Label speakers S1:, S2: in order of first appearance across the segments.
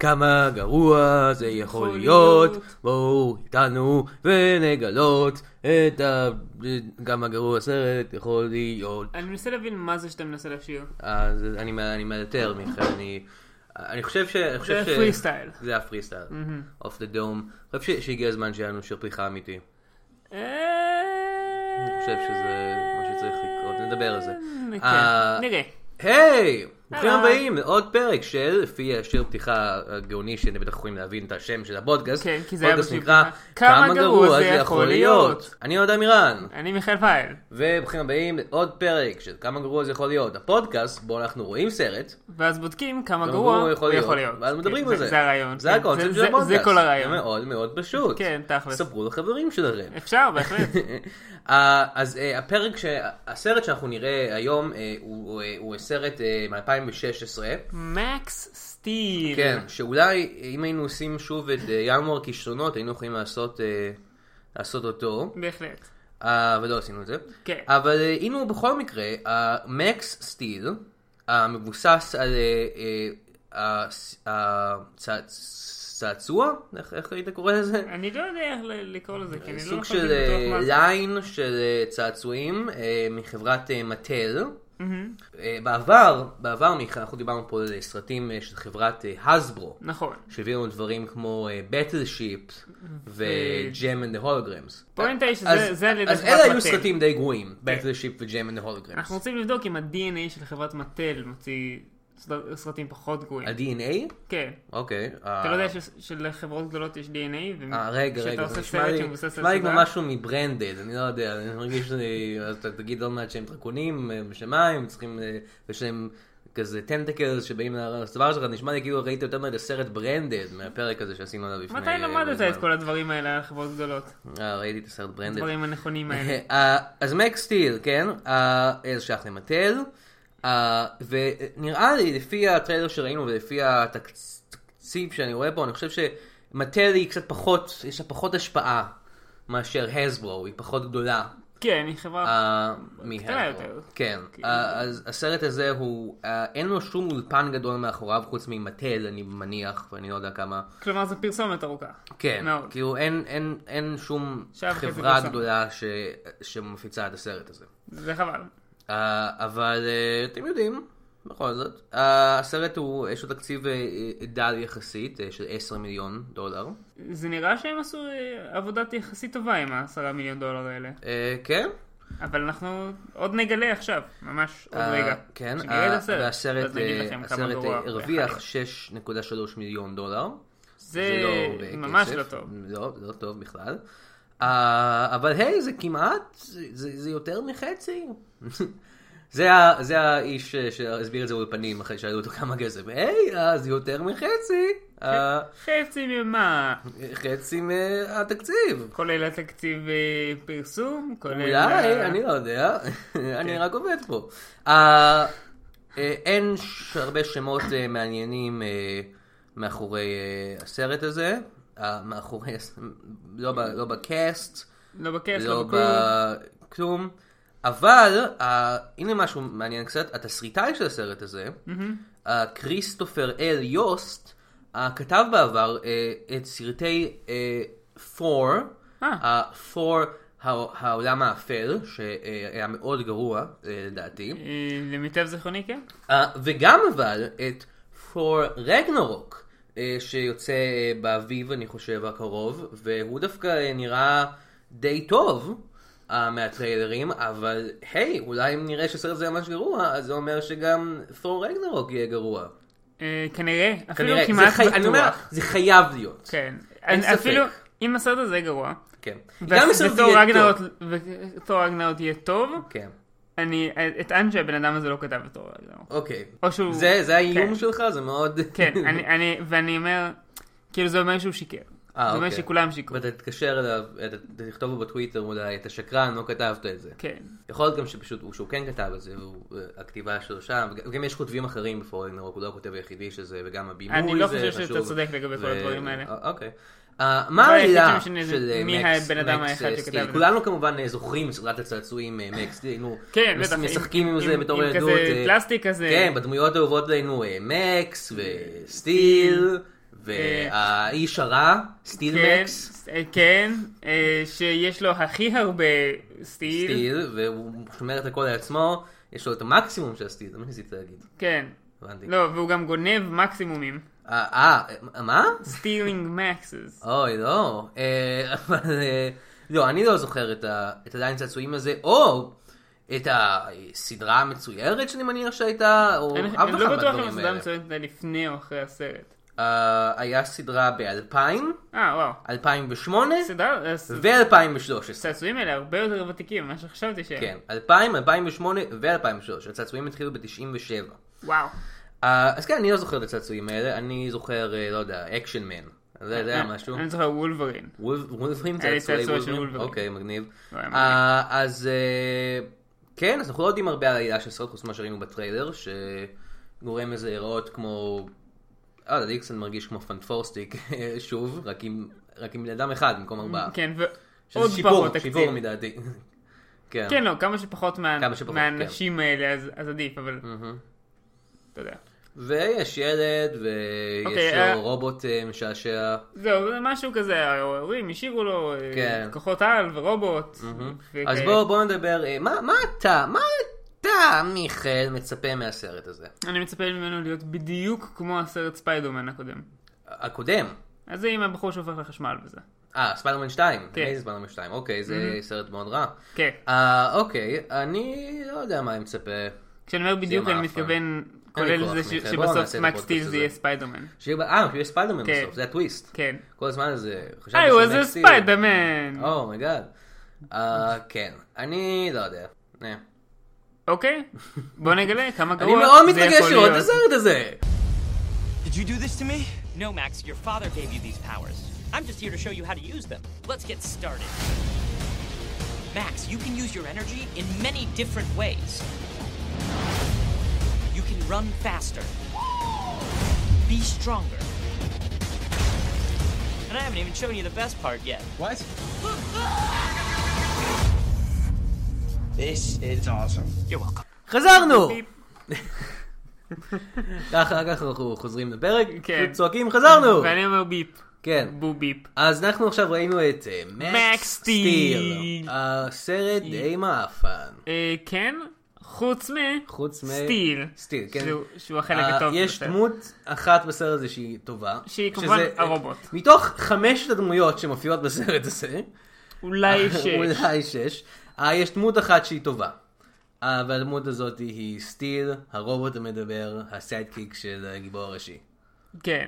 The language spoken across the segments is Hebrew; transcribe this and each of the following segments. S1: כמה גרוע זה יכול להיות, בואו איתנו ונגלות את ה... כמה גרוע סרט יכול להיות.
S2: אני מנסה להבין מה זה שאתה מנסה לשיר.
S1: אז אני, אני מאלתר, מיכאל, אני... אני חושב ש... אני חושב
S2: זה
S1: ש-
S2: הפרי סטייל.
S1: זה הפרי סטייל. אוף דה דום. אני חושב ש- שהגיע הזמן שהיה לנו שיר פריחה אמיתי. אני חושב שזה מה שצריך לקרות, נדבר על זה. אה,
S2: כן, נראה.
S1: היי! ברוכים
S2: אהלן.
S1: הבאים לעוד פרק של, לפי השיר פתיחה הגאוני, שאתם בטח יכולים להבין את השם של הפודקאסט.
S2: כן, כי זה היה
S1: פודקאסט
S2: בשיר
S1: נקרא,
S2: פתיחה. כמה גרוע זה יכול להיות.
S1: אני אוהד אמירן,
S2: אני מיכאל פייל,
S1: וברוכים הבאים לעוד פרק של כמה גרוע זה יכול להיות. הפודקאסט בו אנחנו רואים סרט,
S2: ואז בודקים כמה
S1: גם
S2: גרוע
S1: הוא
S2: הוא יכול להיות.
S1: ואז
S2: כן,
S1: מדברים על זה.
S2: זה הרעיון.
S1: זה
S2: כן.
S1: הקונספט של
S2: זה-
S1: הפודקאסט.
S2: זה כל הרעיון.
S1: זה מאוד מאוד פשוט.
S2: כן, תכלס.
S1: ספרו לחברים שלכם.
S2: אפשר, בהחלט.
S1: אה, אז אה, הפרק, ש- הסרט שאנחנו נראה היום אה, הוא הוא, אה, הוא סרט מ-2016.
S2: מקס סטיל.
S1: כן, שאולי אה, אם היינו עושים שוב את אה, ינואר כישלונות, היינו יכולים לעשות, אה, לעשות אותו,
S2: בהחלט.
S1: אה, אבל לא עשינו את זה.
S2: כן.
S1: אבל אה, הנה הוא בכל מקרה, מקס סטיל, המבוסס על אה, אה, הס- הצע- צעצוע, איך- איך היית קורא לזה?
S2: אני לא יודע איך ל- לקרוא לזה, כי אני לא
S1: סוג
S2: יכולתי
S1: של אה,
S2: לבדוק מה
S1: ליין של אה, צעצועים אה, מחברת אה, מטל.
S2: מהמם.
S1: אה, בעבר, בעבר מיכה, אנחנו דיברנו פה על אה, סרטים אה, של חברת הסברו,
S2: נכון.
S1: שהביאו לנו דברים כמו אה, בטל שיפ וג'ם אנד הולוגרמס.
S2: הפואנטה היא שזה- זה על ידי
S1: אז
S2: חברת
S1: אלה היו
S2: מטל.
S1: סרטים די גרועים, בטל שיפ וג'ם אנד הולוגרמס.
S2: כן. אנחנו רוצים לבדוק אם ה-DNA של חברת מטל מוציא סדר- סרטים פחות גרועים.
S1: ה-DNA?
S2: כן.
S1: אוקיי.
S2: אתה לא יודע ש- שלחברות גדולות יש DNA? ו-
S1: אה, רגע,
S2: כשאתה
S1: רגע,
S2: עושה אה?
S1: זה
S2: סרט
S1: נשמע לי-
S2: שמבוסס על
S1: נשמע לי כמו
S2: סדרה?
S1: משהו מברנדד, אני לא יודע, אני מרגיש שאני, אז אתה תגיד עוד מעט שהם דרקונים, אה, בשמיים, צריכים, אה, יש להם כזה טנטקלס שבאים לסבר שלך, נשמע לי כאילו ראית יותר מדי סרט ברנדד מהפרק הזה שעשינו עליו לפני...
S2: מתי
S1: אה,
S2: למדת
S1: זמן.
S2: את כל הדברים האלה על חברות גדולות?
S1: אה, ראיתי את הסרט ברנדד.
S2: הדברים הנכונים האלה.
S1: אה, אז מק סטיל, כן? אה, איזה שייך למטל. אה, ונראה לי, לפי הטריילר שראינו ולפי התקציב שאני רואה פה, אני חושב שמטל היא קצת פחות, יש לה פחות השפעה מאשר הסברו, היא פחות גדולה.
S2: כן, היא חברה...
S1: אה, מ-
S2: קטנה
S1: הסברו.
S2: יותר.
S1: כן.
S2: כאילו.
S1: אה, אז הסרט הזה הוא, אה, אין לו שום אולפן גדול מאחוריו חוץ ממטל, אני מניח, ואני לא יודע כמה.
S2: כלומר, זו פרסומת ארוכה.
S1: כן,
S2: מאוד.
S1: כאילו אין, אין, אין שום
S2: שעה וחצי
S1: חברה
S2: פרסומת.
S1: גדולה ש, שמפיצה את הסרט הזה.
S2: זה חבל.
S1: Uh, אבל uh, אתם יודעים, בכל זאת, uh, הסרט הוא, יש לו תקציב uh, דל יחסית uh, של 10 מיליון דולר.
S2: זה נראה שהם עשו אה, עבודה יחסית טובה עם העשרה מיליון דולר האלה.
S1: Uh, כן,
S2: אבל אנחנו עוד נגלה עכשיו, ממש עוד
S1: אה,
S2: רגע.
S1: כן,
S2: כשנראה את
S1: אה,
S2: הסרט,
S1: והסרט
S2: ואז נגיד
S1: אה,
S2: לכם כמה
S1: הסרט,
S2: גרוע
S1: אה, הרוויח
S2: וחייב.
S1: 6.3 מיליון דולר.
S2: זה
S1: לא הרבה
S2: ממש
S1: כסף.
S2: לא טוב.
S1: לא, לא טוב בכלל. Uh, אבל היי, זה כמעט, זה, זה, זה יותר מחצי. זה, ה, זה האיש אה, שהסביר את זה באולפנים אחרי שאלו אותו כמה כסף. היי, אה, זה יותר מחצי.
S2: כן.
S1: אה,
S2: חצי ממה,
S1: חצי מהתקציב.
S2: כולל התקציב אה, פרסום, כולל...
S1: אולי,
S2: ה-
S1: אני לא יודע, אני רק עובד פה. אה, אה, אין ש- הרבה שמות אה, מעניינים אה, מאחורי אה, הסרט הזה. אה, מאחורי, הס- לא ב- לא בקאסט,
S2: לא בכיף, לא
S1: לא
S2: בכלום.
S1: בכלום. אבל אה, הנה משהו מעניין קצת, התסריטאי של הסרט הזה, אה, כריסטופר אל יוסט, אה, כתב בעבר אה, את סרטי פור,
S2: אה.
S1: פור העולם האפל, שהיה מאוד גרוע אה, לדעתי,
S2: אה, למיטב זיכרוני, כן.
S1: אה, וגם אבל את פור רגנרוק, שיוצא אה, באביב אני חושב הקרוב, והוא דווקא אה, נראה די טוב. אה, מהטריילרים, אבל היי, אולי אם נראה שהסרט הזה ממש גרוע, אז זה אומר שגם פור רגנרוק יהיה גרוע.
S2: אה, כנראה, אפילו
S1: כנראה,
S2: כמעט
S1: זה חי... אני אומר,
S2: בטוח.
S1: זה חייב להיות.
S2: כן.
S1: אין
S2: אני- אפילו,
S1: ספק.
S2: אם הסרט הזה גרוע,
S1: כן. גם אם הסרט
S2: ותור
S1: יהיה טוב.
S2: רגנרות- ותור רגנרות יהיה טוב,
S1: כן,
S2: אני אטען שהבן אדם הזה לא כתב את תור רגנרות.
S1: אוקיי.
S2: או שהוא...
S1: זה זה האיום
S2: כן.
S1: שלך? זה מאוד...
S2: כן, אני, אני, ואני אומר, כאילו זה אומר שהוא שיקר. זה אומר
S1: אוקיי.
S2: שכולם שיקרו.
S1: ואתה תתקשר אליו, אתה תכתוב לו בטוויטר אולי, אתה שקרן, לא כתבת את זה.
S2: כן.
S1: יכול להיות גם שפשוט, הוא- שהוא כן כתב את זה, והכתיבה שלו שם, וגם- וגם יש כותבים אחרים בפורלין הוא לא הכותב היחידי שזה, וגם הבימוי
S2: אני
S1: זה
S2: לא
S1: חשוב.
S2: חושב שאתה צודק לגבי כל
S1: ו-
S2: הדברים האלה. לא,
S1: א- אוקיי. אה, מה
S2: הדבר היחיד
S1: העלילה
S2: שמשנה זה
S1: של אה,
S2: מי
S1: מקס-
S2: הבן אדם
S1: מקס,
S2: האחד
S1: אה,
S2: שכתב
S1: סטיל?
S2: את זה.
S1: כולנו כמובן אה, זוכרים סרטת הצעצועים אה, מקס, היינו
S2: כן,
S1: מש-
S2: בטח. עם-
S1: משחקים עם
S2: עם-
S1: זה בתור
S2: עם כזה
S1: ילדות. אה,
S2: פלסטיק כזה. אה,
S1: כן, בדמויות האהובות עלינו אה, מקס וסטיל והאיש הרע,
S2: כן,
S1: סטילמקס,
S2: אה, כן, אה, שיש לו הכי הרבה סטיל.
S1: סטיל, והוא שומר את הכל על עצמו, יש לו את המקסימום של הסטיל, זה מה שניסיתי להגיד,
S2: כן.
S1: הבנתי.
S2: לא, והוא גם גונב מקסימומים.
S1: אה, אה, מה?
S2: סטילינג מקסס.
S1: אוי, לא. אה, אבל... אה, לא, אני לא זוכר את ה- את הליין צעצועים הזה, או את הסדרה המצוירת שאני מניח שהייתה, או
S2: אני
S1: אף
S2: אני
S1: אחד
S2: לא בטוח אם
S1: מהדברים
S2: הסדרה
S1: האלה.
S2: מצוינת זה לפני או אחרי הסרט.
S1: אה, היה סדרה ב-2000,
S2: אה, וואו.
S1: 2008
S2: סדרה, הס-
S1: ו-2013.
S2: הצעצועים האלה הרבה יותר ותיקים ממה שחשבתי שהם.
S1: כן, 2000, 2008 ו-2013. הצעצועים התחילו ב-97.
S2: וואו.
S1: אז כן, אני לא זוכר את הצעצועים האלה, אני זוכר, אה, לא יודע, אקשן מן. זה זה היה משהו.
S2: אני זוכר וולברין.
S1: וולב- וולברין
S2: אה, היה לי
S1: צעצועי
S2: צעצוע של
S1: וולברין?
S2: וולברין.
S1: אוקיי, מגניב.
S2: לא, היה
S1: אה,
S2: מגניב.
S1: אז אה, כן, אז אנחנו לא יודעים הרבה על העלילה של הסרט, חוץ ממה שראינו בטריילר, שגורם לזה להיראות כמו... אה, לא יודע, דיקסון מרגיש כמו פנפורסטיק, שוב, רק עם- רק עם בן אדם אחד במקום ארבעה.
S2: כן,
S1: שזה
S2: ועוד
S1: שיפור,
S2: פחות תקציב.
S1: שיפור מדעתי. כן.
S2: כן, לא, כמה שפחות מה-
S1: כמה שפחות, כן.
S2: מהאנשים האלה, אז- אז עדיף, אבל... אתה יודע.
S1: ויש ילד, ויש
S2: אוקיי,
S1: לו
S2: אה,
S1: רובוט אה, משעשע.
S2: זהו, זה משהו כזה, ההורים השאירו לו אה,
S1: כן.
S2: כוחות על ורובוט.
S1: אז
S2: וכאלה.
S1: בואו בוא נדבר, אה, מה מה אתה, מה אתה, מיכאל, מצפה מהסרט הזה?
S2: אני מצפה ממנו להיות בדיוק כמו הסרט ספיידרמן הקודם.
S1: הקודם.
S2: אז זה עם הבחור שהופך לחשמל וזה.
S1: אה, ספיידרמן 2.
S2: כן.
S1: איזה ספיידרמן 2? אוקיי, זה סרט מאוד רע.
S2: כן.
S1: אה, אוקיי, אני לא יודע מה אני מצפה.
S2: כשאני אומר בדיוק,
S1: מעפן.
S2: אני מתכוון,
S1: אין לי
S2: כולל
S1: כוח,
S2: זה ש-
S1: מיכאל, בוא
S2: שבסוף
S1: נעשה את
S2: מקס
S1: הפודקאסט
S2: סטיל
S1: הזה.
S2: זה יהיה ספיידרמן.
S1: שיהיה ב- אה, שיהיה ספיידרמן
S2: כן.
S1: בסוף, זה הטוויסט.
S2: כן.
S1: כל הזמן זה... חשבתי
S2: היי, הוא איזה
S1: שמקס סטיל- אוקיי.
S2: ספיידרמן.
S1: אומייגאד. Oh אה, כן. אני לא יודע. אה.
S2: אוקיי, בוא נגלה כמה
S1: אני
S2: גרוע
S1: מאוד
S2: זה
S1: מתרגש
S2: יכול
S1: לראות את
S2: להיות.
S1: הסרט הזה!
S3: Did you do this to me?
S4: No, Max, your father gave you these powers. I'm just here to show you how to use them. Let's get started. Max, you can use your energy in many different ways. You can run faster, be stronger. And I haven't even shown you the best part yet.
S3: What?
S5: This is awesome.
S4: You're welcome.
S1: חזרנו! ככה, ככה אנחנו חוזרים לפרק,
S2: כן.
S1: פשוט צועקים חזרנו!
S2: ואני אומר ביפ,
S1: כן.
S2: בו ביפ.
S1: אז אנחנו עכשיו ראינו את אה, מקס
S2: מקס סטיל.
S1: סטיל. הסרט די מאפן.
S2: אה, כן, חוץ מ...
S1: חוץ מ...
S2: סטיל.
S1: סטיל, כן.
S2: שהוא- שהוא החלק
S1: אה,
S2: הטוב
S1: יש
S2: בסרט.
S1: דמות אחת בסרט הזה שהיא טובה.
S2: שהיא כמובן
S1: שזה-
S2: הרובוט.
S1: מתוך חמשת הדמויות שמופיעות בסרט הזה,
S2: אולי שש.
S1: אה, אולי שש, אה, יש דמות אחת שהיא טובה. אה, והדמות הזאת היא סטיל, הרובוט המדבר, הסיידקיק של הגיבור הראשי.
S2: כן.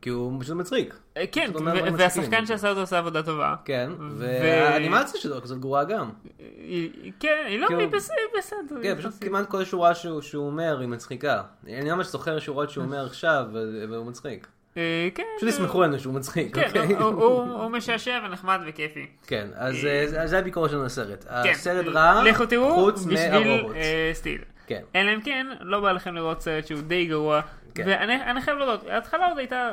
S1: כי הוא פשוט מצחיק.
S2: אה, כן,
S1: זאת אומרת,
S2: ו-
S1: הם מצחיקים.
S2: והשחקן שעשה אותו עשה עבודה טובה.
S1: כן,
S2: ו-
S1: והאנימציה שלו כזאת גרועה גם.
S2: היא- כן, היא לא,
S1: כאילו-
S2: היא בסדר, היא בסדר.
S1: כן,
S2: היא
S1: פשוט
S2: בסדר.
S1: כמעט כל שורה שהוא שהוא אומר היא מצחיקה. אני לא ממש זוכר שורות שהוא אומר עכשיו, אבל אבל הוא מצחיק.
S2: אה, כן.
S1: פשוט יסמכו לנו שהוא מצחיק,
S2: כן,
S1: אוקיי?
S2: הוא- הוא- הוא הוא משעשע ונחמד וכיפי.
S1: כן, אז אה, זה- זה הביקורת שלנו לסרט.
S2: כן.
S1: הסרט רע,
S2: לכו תראו,
S1: חוץ
S2: בשביל
S1: מהרובוט.
S2: אה, סטיל.
S1: כן.
S2: אלא אם כן, לא בא לכם לראות סרט שהוא די גרוע.
S1: כן.
S2: ואני אני חייב להודות, ההתחלה עוד הייתה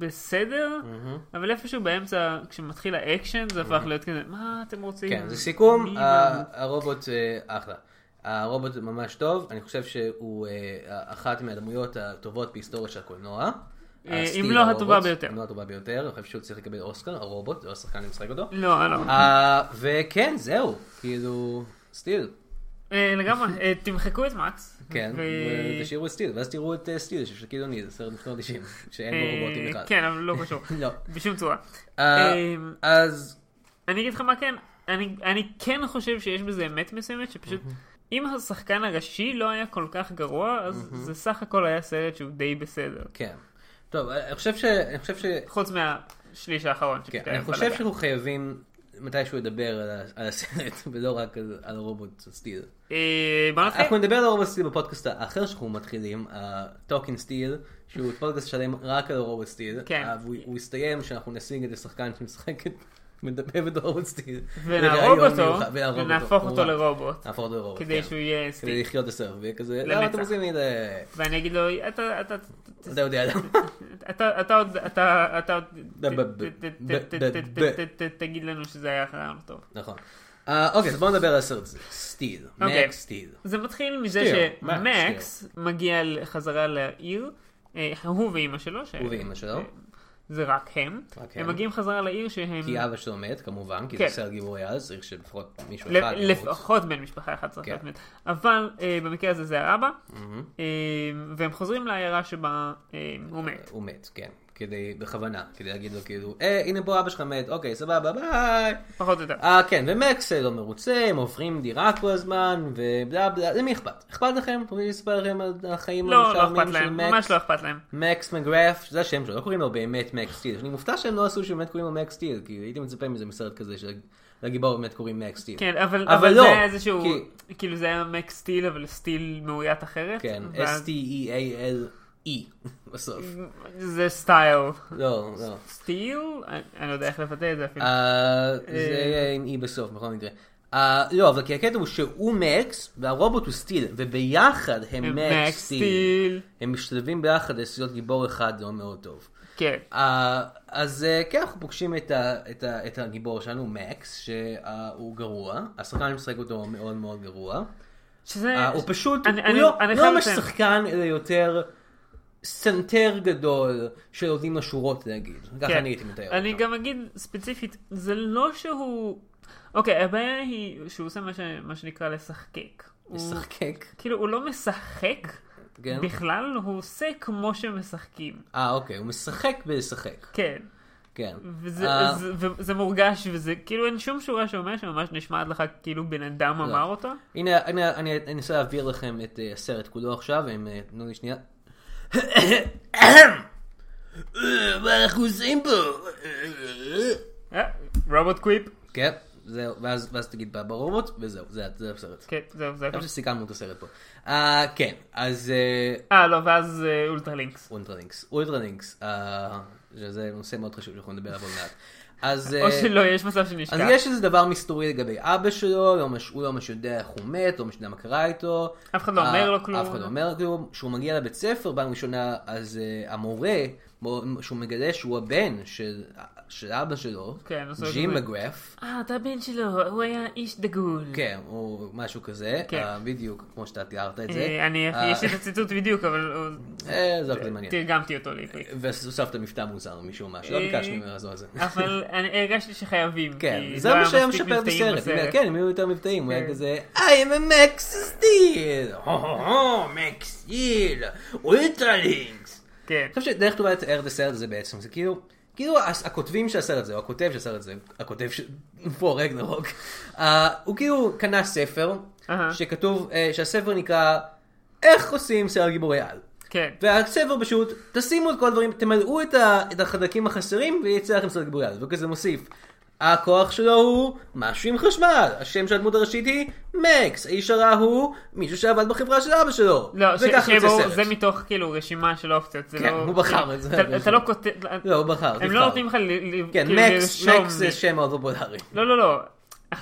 S2: בסדר, אבל איפשהו באמצע, כשמתחיל האקשן, זה הפך להיות כזה, מה אתם רוצים?
S1: כן, זה סיכום,
S2: מי
S1: ה-
S2: מה?"
S1: הרובוט אה, אחלה. הרובוט ממש טוב, אני חושב שהוא אה, אחת מהדמויות הטובות בהיסטוריה של הקולנוע.
S2: אה,
S1: הסטיל,
S2: אם לא
S1: הרובוט,
S2: הטובה ביותר.
S1: אם לא הטובה ביותר, אני חושב שהוא צריך לקבל אוסקר, הרובוט, זה לא השחקן שמשחק אותו.
S2: לא, לא.
S1: אה, וכן, זהו, כאילו, סטיל.
S2: אה, לגמרי, אה, תמחקו את מקס.
S1: כן,
S2: ו-
S1: ותשאירו את סטיל, ואז תראו את אה, סטיל של שקיד אוני, זה סרט משנות ה-90, שאין בו
S2: אה,
S1: רובוטים אחד.
S2: כן, אבל לא קשור.
S1: לא.
S2: בשום צורה.
S1: אה,
S2: אמ,
S1: אז
S2: אני אגיד לך מה כן, אני, אני כן חושב שיש בזה אמת מסוימת, שפשוט אם השחקן הראשי לא היה כל כך גרוע, אז זה סך הכל היה סרט שהוא די בסדר.
S1: כן. טוב, אני חושב ש... אני חושב ש...
S2: חוץ מהשליש האחרון.
S1: כן,
S2: שפשוט היה
S1: אני חושב
S2: בלאגן.
S1: שאנחנו חייבים מתישהו לדבר על ה- על הסרט, ולא רק על על הרובוט סטיל.
S2: אה, בוא נתחיל.
S1: אנחנו נדבר על הרובוט סטיל בפודקאסט האחר שאנחנו מתחילים, טוקינג סטיל, שהוא פודקאסט שלם רק על הרובוט סטיל.
S2: כן.
S1: אה, והוא הוא יסתיים שאנחנו נשיג את השחקן שמשחק את... מדבב את הרובוט סטיל.
S2: ונהרוג
S1: לראיון
S2: אותו,
S1: מיוחד- ונהרוג
S2: ונהפוך
S1: הוא
S2: אותו
S1: רע.
S2: לרובוט,
S1: נהפוך אותו לרובוט,
S2: כדי
S1: כן.
S2: שהוא יהיה
S1: כדי
S2: סטיק.
S1: לחיות בסרט, ויהיה כזה, למה
S2: לנצח.
S1: אתם עושים לי את זה?
S2: ואני אגיד לו, "אתה- אתה-
S1: אתה יודע למה.
S2: אתה אתה עוד, אתה אתה עוד,
S1: ב- ב-
S2: ת- ת- ת-
S1: ב-
S2: ת-
S1: ב-
S2: ת-
S1: ב-
S2: ת- ת- תגיד לנו שזה היה אחריו טוב.
S1: נכון. אה, אוקיי, אז בואו נדבר על הסרט הזה. סטיל.
S2: אוקיי.
S1: מקס סטיל.
S2: זה מתחיל מזה
S1: סטייר, מקס,
S2: שמקס מגיע ל- חזרה לעיר, אה, הוא ואימא שלו, ש...
S1: הוא ואימא
S2: אה,
S1: שלו.
S2: זה רק הם.
S1: רק
S2: הם
S1: הם.
S2: מגיעים חזרה לעיר שהם...
S1: כי אבא שלו מת, כמובן, כי
S2: אה. כן.
S1: זה סרט גיבורי אז, צריך שלפחות מישהו אחד
S2: ל-
S1: ימות.
S2: לפחות בן משפחה אחד צריך
S1: כן.
S2: להיות מת. אבל אה, במקרה הזה זה האבא, אה, והם חוזרים לעיירה שבה אה, הוא מת.
S1: הוא מת, כן. כדי, בכוונה, כדי להגיד לו כאילו, אה, הנה פה אבא שלך מת, אוקיי, סבבה, ביי.
S2: פחות או יותר.
S1: אה, כן, ומקס לא מרוצה, הם עוברים דירה כל הזמן, ובלה בלה, למי אכפת? אכפת לכם? אתם רוצים לספר לכם על החיים
S2: לא, לא
S1: המשעממים
S2: אכפת להם, ממש לא אכפת להם.
S1: מקס מגרף, זה השם שלו, לא קוראים לו באמת מקס סטיל. אני מופתע שהם לא עשו שבאמת קוראים לו מקס סטיל, כי הייתי מצפה מזה מסרט כזה שלגיבור באמת קוראים מקס סטיל.
S2: כן, אבל,
S1: אבל
S2: אבל,
S1: לא,
S2: זה היה איזשהו,
S1: כי-
S2: כאילו זה היה מק סטיל, אבל סטיל מאוית אחרת.
S1: כן,
S2: ואז- כן.
S1: S-T-E-A-L-E E, בסוף.
S2: זה סטייל.
S1: לא, לא.
S2: סטיל? אני אני לא יודע איך לבטא את זה אפילו.
S1: אה, זה יהיה עם אי בסוף בכל מקרה. אה, לא, אבל כי הקטע הוא שהוא מקס והרובוט הוא סטיל, וביחד הם
S2: מק
S1: מקס סטיל.
S2: סטיל.
S1: הם משתלבים ביחד לסיות גיבור אחד לא מאוד טוב.
S2: כן.
S1: אה, אז אה, כן, אנחנו פוגשים את, ה, את, ה, את הגיבור שלנו, מקס, שהוא גרוע. השחקן שמשחק אותו הוא מאוד מאוד גרוע.
S2: שזה...
S1: אה, הוא פשוט,
S2: אני-
S1: הוא
S2: אני-
S1: לא-
S2: אני
S1: לא
S2: חייב
S1: ממש
S2: לציין.
S1: שחקן, אלא יותר סנטר גדול שיודעים לשורות להגיד. ככה אני הייתי מתאר
S2: כן. אני
S1: אותו.
S2: גם אגיד ספציפית, זה לא שהוא... אוקיי, הבעיה היא שהוא עושה מה, ש... מה שנקרא לשחקק. הוא-
S1: משחקק,
S2: כאילו, הוא לא משחק
S1: כן?
S2: בכלל, הוא עושה כמו שמשחקים.
S1: אה, אוקיי, הוא משחק בלשחק,
S2: כן.
S1: כן.
S2: וזה
S1: אה,
S2: זה- וזה מורגש, וזה כאילו אין שום שורה שאומר שממש נשמעת לך כאילו בן
S1: לא.
S2: אדם אמר אותה.
S1: הנה, הנה, אני אני אנסה להעביר לכם את אה, הסרט כולו עכשיו, אם אה, תנו לי שנייה. אה, מה אנחנו עושים פה? אה,
S2: אה, רובוט קוויפ.
S1: כן, זהו, ואז ואז תגיד בא ברובוט, וזהו, זה זה הסרט.
S2: כן, זהו, זה הכל.
S1: חושב שסיכמנו את הסרט פה. אה, כן, אז אה,
S2: אה, לא, ואז אה, אולטרלינקס.
S1: אולטרלינקס, אולטרלינקס, אה, שזה נושא מאוד חשוב שאנחנו נדבר עליו עוד מעט. אז...
S2: או
S1: אה,
S2: שלא, יש מצב שנשכח.
S1: אז יש איזה דבר מסתורי לגבי אבא שלו, לא ממש- הוא לא ממש יודע איך הוא מת, לא ממש יודע מה קרה איתו.
S2: אף אחד לא אומר
S1: אה,
S2: לו כלום.
S1: אף אחד לא אומר לו כלום. כשהוא מגיע לבית ספר פעם ראשונה, אז אה, המורה, מו- שהוא מגלה שהוא הבן של של אבא שלו,
S2: כן, עושה לו
S1: ג'ים
S2: כזה-
S1: מגרף,
S2: אה, אתה הבן שלו, הוא היה איש דגול.
S1: כן, או משהו כזה,
S2: כן.
S1: אה, בדיוק, כמו שאתה תיארת את זה.
S2: אה, אני,
S1: אה,
S2: יש כן. לי את הציטוט בדיוק, אבל הוא-
S1: אה, זה לא כזה מעניין.
S2: תרגמתי אותו לעברית.
S1: והוספת מבטא מוזר משום מה, שלא
S2: אה,
S1: ביקשנו ממנו לעזור את זה.
S2: אבל אני הרגשתי שחייבים.
S1: כן,
S2: כי
S1: זה
S2: לא
S1: מה
S2: היה
S1: שהיה
S2: מספיק
S1: משפר את
S2: מבטאים
S1: הסרט.
S2: בסרט.
S1: כן, הם היו יותר מבטאים, הוא היה
S2: כן.
S1: כזה, I'm a Max Steel! הו מקס סטיל! אולטרלינקס!
S2: כן.
S1: אני חושב שדרך טובה לתאר את הסרט הזה בעצם, זה כאילו, כאילו הס- הכותבים של הסרט הזה, או הכותב של הסרט הזה, הכותב של פה רגנרוק, אה, הוא כאילו קנה ספר,
S2: אהה.
S1: שכתוב, אה, שהספר נקרא, איך עושים סרט גיבורי על.
S2: כן.
S1: והספר פשוט, תשימו את כל הדברים, תמלאו את, ה, את החלקים החסרים ויצא לכם סרט גיבורי על, וכזה מוסיף. הכוח שלו הוא משהו עם חשמל, השם של הדמות הראשית היא מקס, האיש הרע הוא מישהו שעבד בחברה של אבא שלו.
S2: לא, ש-
S1: וככה יוצא
S2: שבו
S1: סרט.
S2: זה מתוך כאילו רשימה של אופציות. זה
S1: כן,
S2: לא-
S1: הוא בחר את זה.
S2: אתה- אתה לא כותב...
S1: לא, הוא בחר,
S2: הם
S1: תבחר.
S2: לא נותנים לך ל- ל-
S1: כן,
S2: כאילו
S1: מקס,
S2: לרשום
S1: מקס
S2: מי.
S1: זה שם מאוד פופולרי.
S2: לא, לא, לא.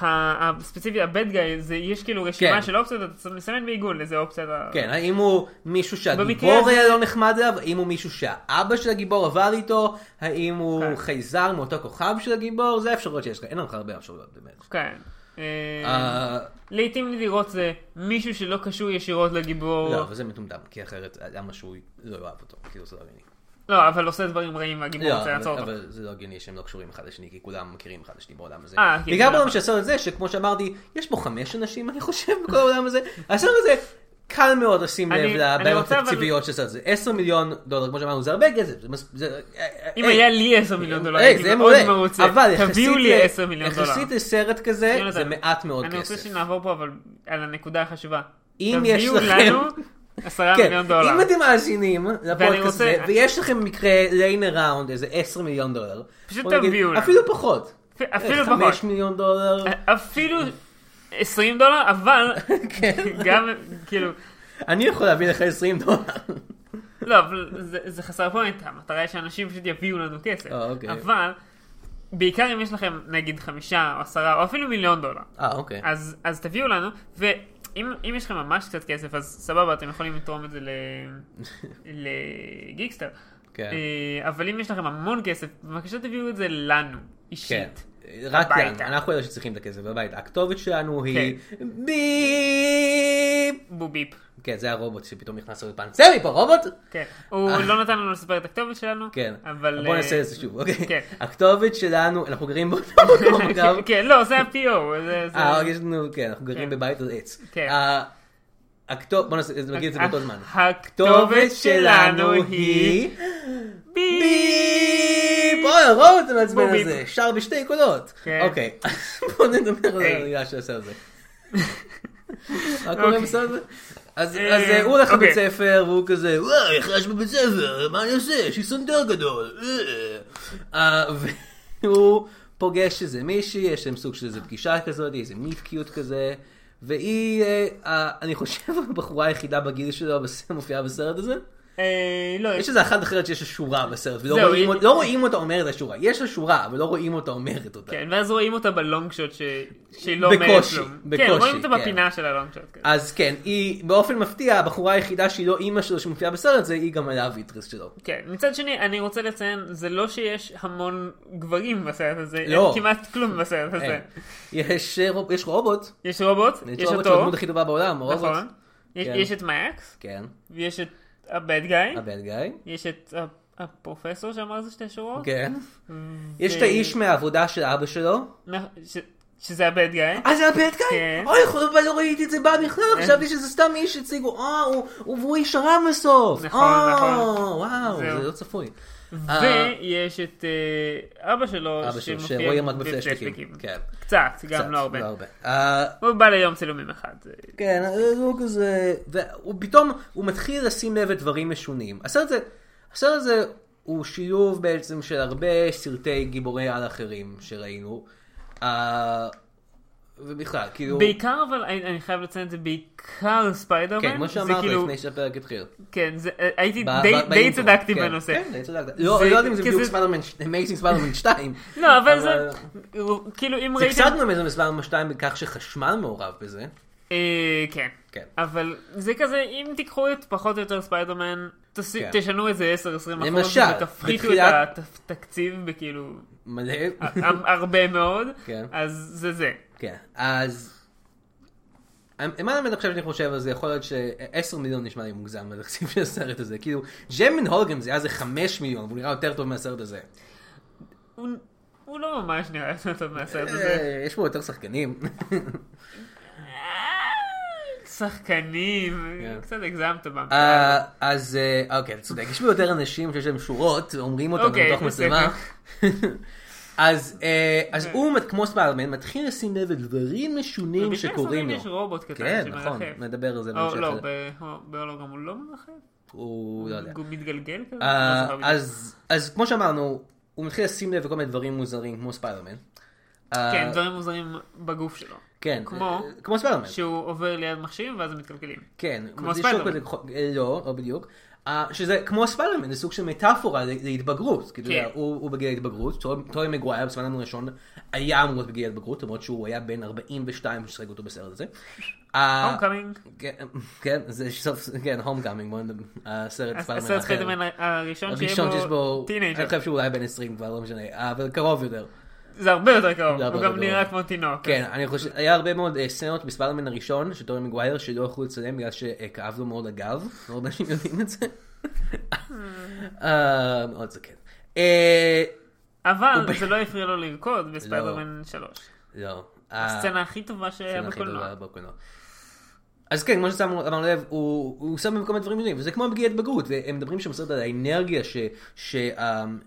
S2: ה- הספציפי, ה-bad guy, זה- יש כאילו
S1: כן.
S2: רשימה של אופציות, אתה מסמן בעיגול איזה אופציה. אתה-
S1: כן, האם הוא מישהו
S2: במקרה
S1: שהגיבור
S2: הזה-
S1: היה לא נחמד אליו, האם הוא מישהו שהאבא של הגיבור עבר איתו, האם הוא
S2: כן.
S1: חייזר מאותו כוכב של הגיבור, זה האפשרויות שיש לך, אין לך הרבה אפשרויות באמת.
S2: כן. אה,
S1: אה,
S2: לעיתים נדירות זה מישהו שלא קשור ישירות לגיבור.
S1: לא, אבל זה מטומטם, כי אחרת למה שהוא לא יאהב אותו, כאילו זה לא הגיוני.
S2: לא, אבל עושה דברים רעים והגיבור
S1: לא,
S2: רוצה לעצור
S1: אבל-
S2: אותו.
S1: אבל זה לא הגיוני שהם לא קשורים אחד לשני, כי כולם מכירים אחד לשני בעולם הזה.
S2: אה, כן,
S1: וגם
S2: כן.
S1: בעולם של הסרט הזה, שכמו שאמרתי, יש בו חמש אנשים, אני חושב, בכל העולם הזה. הסרט הזה, קל מאוד לשים
S2: אני-
S1: לב
S2: אני
S1: לבעיות
S2: רוצה, אבל-
S1: התקציביות של הסרט הזה. עשר מיליון דולר, כמו שאמרנו, זה הרבה כסף. זה מס- זה-
S2: אם
S1: אה,
S2: היה לי 10 מיליון דולר,
S1: היי,
S2: הייתי
S1: זה
S2: מאוד
S1: מעולה,
S2: מרוצה.
S1: אבל
S2: תביאו
S1: יחסית
S2: לי
S1: ל-
S2: 10 מיליון דולר.
S1: יחסית לסרט כזה,
S2: יונתן,
S1: זה מעט מאוד
S2: אני רוצה
S1: כסף.
S2: שנעבור פה אבל על הנקודה החשובה.
S1: אם יש לכם-
S2: תביאו לנו 10
S1: כן,
S2: מיליון דולר.
S1: אם אתם מאזינים לפודקאסט
S2: רוצה-
S1: הזה, ויש לכם מקרה ליין אראונד, איזה 10 מיליון דולר,
S2: פשוט
S1: בוא נגיד,
S2: תביאו לנו.
S1: אפילו פחות.
S2: אפ-
S1: 5
S2: אפילו פחות. אה.
S1: מיליון דולר,
S2: אפילו 20 דולר, אבל
S1: כן.
S2: גם כאילו,
S1: אני יכול להביא לך 20 דולר.
S2: לא, אבל זה- זה חסר פואנט, המטרה היא שאנשים פשוט יביאו לנו כסף.
S1: אה, אוקיי.
S2: אבל בעיקר אם יש לכם נגיד חמישה או עשרה או אפילו מיליון דולר.
S1: אה, אוקיי.
S2: אז, אז תביאו לנו, ואם אם יש לכם ממש קצת כסף, אז סבבה, אתם יכולים לתרום את זה ל... לגיקסטר.
S1: כן.
S2: אה, אבל אם יש לכם המון כסף, בבקשה תביאו את זה לנו, אישית.
S1: כן. רק
S2: הביתה. כן.
S1: לנו, אנחנו אלה שצריכים את הכסף, הביתה. הכתובת שלנו היא ביפ.
S2: בוביפ.
S1: כן, זה הרובוט שפתאום נכנס עוד פעם. צא מפה רובוט!
S2: כן. הוא לא נתן לנו לספר את הכתובת שלנו.
S1: אה. כן,
S2: אבל...
S1: בוא
S2: אה,
S1: נעשה את זה שוב,
S2: כן.
S1: אוקיי. הכתובת שלנו, אנחנו גרים באותו מקום אגב.
S2: כן, לא, זה ה-PO. זה- זה-
S1: אה, יש לנו, כן, אנחנו גרים
S2: כן.
S1: בבית על עץ.
S2: כן.
S1: אה, הכתוב, בוא נעשה, נגיד את זה באותו זמן.
S2: הכתובת שלנו היא...
S1: ביפ! אוי, הרובוט המעצבן
S2: בוביפ.
S1: הזה, שר בשתי קולות.
S2: כן.
S1: אוקיי, בוא נדבר על
S2: היי.
S1: העלילה של הסרט הזה. מה קורה
S2: אוקיי.
S1: בסרט הזה? אז
S2: אה,
S1: אז, אה, הוא הולך
S2: אוקיי.
S1: לבית ספר, והוא כזה, וואי, חש בבית ספר, מה אני עושה? יש לי סנדר גדול. אה." אה, והוא פוגש איזה מישהי, יש להם סוג של איזה פגישה כזאת, איזה מיפקיות כזה. והיא, אה, אה, אני חושב, הבחורה היחידה בגיל שלו בס- מופיעה בסרט הזה.
S2: אה, לא,
S1: יש איזה אחת אחרת שיש לה שורה בסרט, ולא
S2: זהו,
S1: רואים,
S2: היא-
S1: אות- לא רואים אותה אומרת את השורה. יש לה שורה, אבל לא רואים אותה אומרת אותה.
S2: כן, ואז רואים אותה בלונג שוט ש- שהיא לא
S1: בקושי,
S2: אומרת כלום. כן,
S1: בקושי,
S2: רואים אותה
S1: כן.
S2: בפינה של הלונג שוט. כזה.
S1: אז כן, היא באופן מפתיע, הבחורה היחידה שהיא לא אימא שלו שמופיעה בסרט, זה היא גם הלאו איטרס שלו.
S2: כן, מצד שני, אני רוצה לציין, זה לא שיש המון גברים בסרט הזה, אין
S1: לא.
S2: כמעט כלום בסרט הזה.
S1: אין. כן. יש, אה, רוב- יש רובוט,
S2: יש רובוט,
S1: יש רובוט
S2: יש
S1: שהוא
S2: אותו,
S1: הדמות הכי טובה בעולם, הוא רובוט.
S2: נכון, יש
S1: כן.
S2: יש את מקס,
S1: כן,
S2: ויש את הבד גיא,
S1: הבן גיא.
S2: יש את ה- הפרופסור שאמר איזה שתי שורות,
S1: כן.
S2: אוקיי.
S1: יש את האיש מהעבודה של אבא שלו.
S2: נכ- ש- שזה הבד גיא,
S1: אה, זה הבן גיא?
S2: כן.
S1: אוי, יכול- אבל לא ראיתי את זה בא בכלל, חשבתי שזה סתם איש שהציגו, אה, הוא- הוא והוא איש הרע בסוף.
S2: נכון,
S1: אה,
S2: נכון.
S1: וואו,
S2: זהו.
S1: זה לא צפוי. אה,
S2: ויש את אה, אבא שלו,
S1: אבא שלו,
S2: שמופיע
S1: שרואים רק
S2: בפלשבקים.
S1: בפלשבקים. כן,
S2: קצת,
S1: קצת,
S2: גם לא הרבה,
S1: אה,
S2: הוא בא ליום צילומים אחד, זה-
S1: כן, אז הוא כזה, והוא פתאום, הוא מתחיל לשים לב לדברים משונים. הסרט הזה, הסרט הזה הוא שילוב בעצם של הרבה סרטי גיבורי על אחרים שראינו. אה, ובכלל, כאילו,
S2: בעיקר אבל, אני אני חייב לציין את זה, בעיקר ספיידרמן,
S1: כן, כמו
S2: זה
S1: שאמרת
S2: כאילו-
S1: לפני שהפרק התחיל.
S2: כן, זה- הייתי
S1: ב-
S2: די-
S1: ב-
S2: די
S1: באינטרו.
S2: צדקתי
S1: כן,
S2: בנושא.
S1: כן, די צדקת. לא,
S2: זה-
S1: לא יודע אם זה
S2: כי
S1: בדיוק
S2: זה-
S1: ספיידרמן, אמייזינג ספיידרמן 2.
S2: לא, אבל זה,
S1: אבל-
S2: כאילו אם
S1: זה
S2: ראיתם,
S1: קצת אמייזינג ספיידרמן 2 בכך שחשמל מעורב בזה.
S2: אה, כן.
S1: כן.
S2: אבל זה כזה, אם תיקחו את פחות או יותר ספיידרמן, תס-
S1: כן.
S2: תשנו איזה 10-20 אחוז,
S1: למשל,
S2: ותפחיתו את
S1: בתחילת-
S2: התקציב בכאילו
S1: מלא.
S2: הר- הרבה מאוד,
S1: כן.
S2: אז זה זה.
S1: כן, אז... מה באמת עכשיו שאני חושב על זה, יכול להיות ש-10 מיליון נשמע לי מוגזם בתקציב של הסרט הזה. כאילו, ג'מן הולגן זה היה איזה 5 מיליון, והוא נראה יותר טוב מהסרט הזה.
S2: הוא- הוא לא ממש נראה יותר טוב מהסרט הזה.
S1: אה, יש פה יותר שחקנים.
S2: אה, שחקנים,
S1: כן.
S2: קצת הגזמת בהמצאה.
S1: אה, אז אה, אוקיי, אתה צודק, יש פה יותר אנשים שיש להם שורות, אומרים אותם
S2: אוקיי,
S1: בתוך
S2: בסדר.
S1: מצלמה. אז אה, אז הוא, כמו ספיידרמן, מתחיל לשים לב לדברים משונים
S2: בפני
S1: שקורים
S2: הסרטים
S1: כאילו לו.
S2: יש רובוט קטן
S1: כן, נכון,
S2: שמרחף.
S1: נדבר על זה
S2: או
S1: בהמשך.
S2: לא, ב- בהולוגרם הוא לא מרחב?
S1: הוא לא יודע.
S2: הוא מתגלגל כזה?
S1: אה,
S2: לא זוכר בדיוק.
S1: אז, אז כמו שאמרנו, הוא מתחיל לשים לב לכל מיני דברים מוזרים, כמו ספיידרמן. אה,
S2: כן, דברים מוזרים בגוף שלו.
S1: כן,
S2: כמו-
S1: אה, כמו ספיידרמן.
S2: שהוא עובר ליד מחשבים ואז הם מתקלקלים.
S1: כן,
S2: כמו
S1: זה שוב
S2: ספיידרמן.
S1: כזה כחו- אה, לא, לא בדיוק. אה, שזה כמו ספיידרמן, זה סוג של מטאפורה ל- להתבגרות. כאילו,
S2: כן.
S1: אתה יודע, הוא הוא בגיל ההתבגרות, טורי מגווייר בספיידרמן הראשון היה אמור להיות בגיל ההתבגרות, למרות שהוא היה בן 42 ששחק אותו בסרט הזה. אה,
S2: הומקאמינג,
S1: כן, כן, זה סוף, כן, הום קאמינג, הסרט אה, ספיידרמן
S2: הסרט
S1: האחר.
S2: ספיידרמן הראשון
S1: הראשון שיש בו,
S2: אוקיי, טינג'ר.
S1: אני חושב שהוא אולי בן 20 כבר, לא משנה, אבל קרוב יותר.
S2: זה הרבה יותר קרוב,
S1: זה הרבה
S2: הוא גם
S1: יותר
S2: נראה
S1: קרוב.
S2: כמו תינוק.
S1: כן, אני חושב, היה הרבה מאוד אה, סצנות בספיידרמן הראשון, של טורי מגווייר, שלא יכלו לצלם בגלל שכאב לו מאוד הגב, לא הרבה אנשים יודעים את זה. אה, מאוד זקן. אה,
S2: אבל זה לא הפריע לו לרקוד בספיידרמן 3.
S1: לא.
S2: הסצנה הכי טובה שהיה
S1: הסצנה הכי
S2: בקולנוע.
S1: טובה בקולנוע. אז כן, כמו ששמנו אמרנו לב, הוא הוא שם במקום הדברים מילים, וזה כמו בגיל התבגרות, והם מדברים שם בסרט על האנרגיה, ש- ש- אמ,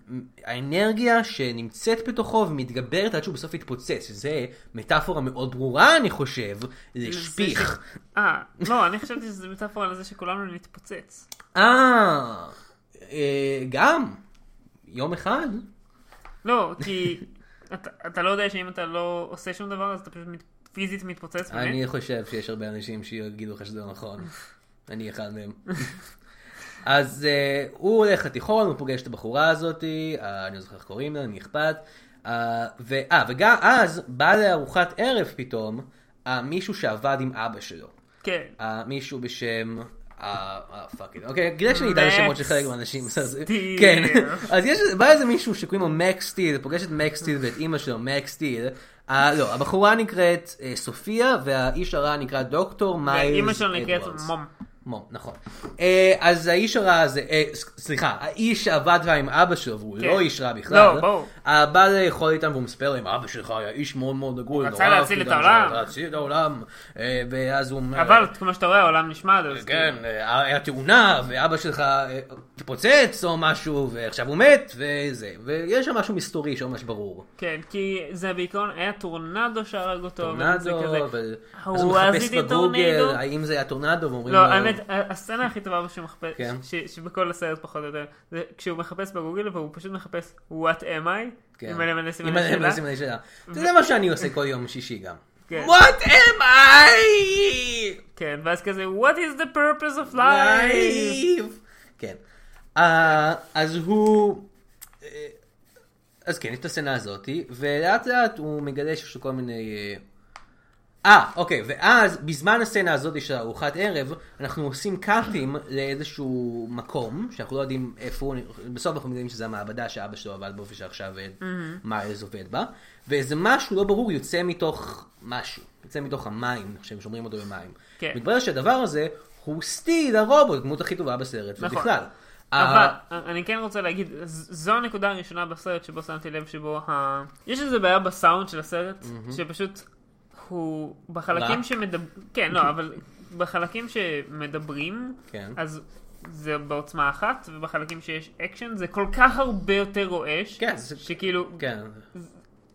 S1: האנרגיה שנמצאת בתוכו ומתגברת עד שהוא בסוף יתפוצץ, שזה מטאפורה מאוד ברורה, אני חושב, לשפיך.
S2: אה, לא, אני חשבתי שזה מטאפורה לזה שכולנו נתפוצץ.
S1: אה, אה, גם, יום אחד,
S2: לא, כי אתה- אתה לא יודע שאם אתה לא עושה שום דבר אז אתה פשוט מת- פיזית מתפוצץ. באמת?
S1: אני חושב שיש הרבה אנשים שיגידו לך שזה לא נכון. אני אחד מהם. אז אה, הוא הולך לתיכון, הוא פוגש את הבחורה הזאתי, אה, אני לא זוכר איך קוראים לה, מי אכפת. אה, ו- אה, וגם אז בא לארוחת ערב פתאום אה, מישהו שעבד עם אבא שלו.
S2: כן.
S1: אה, מישהו בשם... אה, אה, פאק איט. אוקיי, כדאי שאני אדע את השמות של חלק מהאנשים.
S2: מקס
S1: אז-
S2: סטיל.
S1: כן. אז יש, בא איזה מישהו שקוראים לו מקס סטיל, פוגש את מקס סטיל ואת אימא שלו, מקס סטיל. אה, לא, הבחורה נקראת אה, סופיה, והאיש הרע נקרא דוקטור מיילס
S2: כן, אימא שלו נקראת
S1: אדוורדס.
S2: מום.
S1: מום, נכון. אה, אז האיש הרע הזה, אה, ס- סליחה, האיש שעבד רע עם אבא שלו, והוא
S2: כן.
S1: לא איש רע בכלל.
S2: לא, ברור.
S1: אה, בא לאכול איתם והוא מספר להם, אבא שלך היה איש מאוד מאוד דגול.
S2: רצה
S1: נורא,
S2: להציל את
S1: כאילו,
S2: העולם."
S1: רצה להציל את העולם. אה, ואז הוא אומר...
S2: אבל כמו שאתה רואה העולם נשמד, אז
S1: כן,
S2: כאילו,
S1: אה, היה תאונה, ואבא שלך אה, התפוצץ או משהו, ועכשיו הוא מת, וזה. ויש שם משהו מסתורי שממש ברור.
S2: כן, כי זה בעיקרון היה טורנדו שהרג אותו, וזה
S1: טורנדו,
S2: כזה.
S1: אבל...
S2: הוא
S1: אז הוא מחפש
S2: עשיתי
S1: בגוגל,
S2: טורנדו?
S1: האם זה היה טורנדו, ואומרים
S2: לא,
S1: לו...
S2: האמת, ה- הסצנה הכי טובה שמחפש,
S1: כן.
S2: ש- שבכל הסרט פחות או יותר, זה כשהוא מחפש בגוגל והוא פשוט מחפש What am I?
S1: כן.
S2: עם מלא מלא סימני
S1: עם מלא
S2: שאלה.
S1: מלא סימני שאלה. אתה יודע מה שאני עושה כל יום שישי גם.
S2: כן.
S1: What am I?
S2: כן, ואז כזה What is the purpose of life?
S1: Life. כן. אה, אז הוא... אה, אז כן, יש את הסצנה הזאתי, ולאט לאט הוא מגלה שיש לו כל מיני... אה, אה, אוקיי, ואז בזמן הסצנה הזאת של ארוחת ערב, אנחנו עושים קאטים לאיזשהו מקום, שאנחנו לא יודעים איפה הוא, בסוף אנחנו מגלים שזו המעבדה שאבא שלו עבד בו ושעכשיו mm-hmm. מיילס עובד בה, ואיזה משהו לא ברור יוצא מתוך משהו, יוצא מתוך המים, שהם שומרים אותו במים.
S2: כן.
S1: מתברר שהדבר הזה הוא סטיל הרובוט, הדמות הכי טובה בסרט,
S2: נכון.
S1: ובכלל.
S2: אבל
S1: אה,
S2: אני כן רוצה להגיד, ז- זו הנקודה הראשונה בסרט שבו שמתי לב שבו ה... יש איזה בעיה בסאונד של הסרט, שפשוט הוא
S1: רע.
S2: בחלקים שמדברים, כן, לא, אבל בחלקים שמדברים,
S1: כן.
S2: אז זה בעוצמה אחת, ובחלקים שיש אקשן זה כל כך הרבה יותר רועש,
S1: כן, זה-
S2: שכאילו,
S1: כן.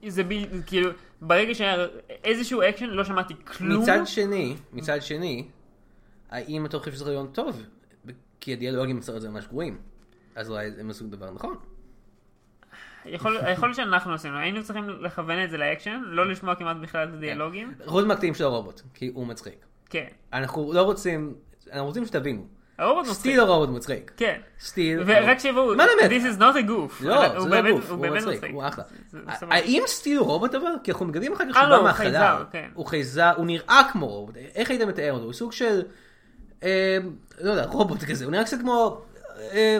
S2: זה ב- כאילו, ברגע שהיה איזשהו אקשן לא שמעתי כלום.
S1: מצד שני, מצד שני, האם אתה חושב שזה רעיון טוב? כי הדיאלוגים בסרט זה ממש גרועים. אז אולי הם עשו דבר נכון.
S2: יכול יכול להיות שאנחנו עשינו, היינו צריכים לכוון את זה לאקשן, לא לשמוע כמעט
S1: כן.
S2: בכלל את הדיאלוגים.
S1: חוץ מהקטעים של הרובוט, כי הוא מצחיק.
S2: כן.
S1: אנחנו לא רוצים, אנחנו רוצים שתבינו.
S2: הרובוט מצחיק.
S1: סטיל הרובוט מצחיק.
S2: כן.
S1: סטיל.
S2: ורק שיבואו,
S1: מה למד?
S2: This is not a goof.
S1: לא, זה לא
S2: באמת-
S1: גוף, הוא
S2: באמת
S1: מצחיק, הוא אחלה. אה,
S2: זה- זה סבבה.
S1: האם סטיל הוא רובוט אבל? כי אנחנו מגלים אחר כך
S2: אה,
S1: שהוא בא
S2: לא, הוא
S1: מהחלל.
S2: חייזר, כן.
S1: הוא חייזר, הוא נראה כמו רובוט. איך היית מתאר אותו? הוא סוג של, אה, לא יודע, רובוט כזה. הוא נראה קצת כמו, אה,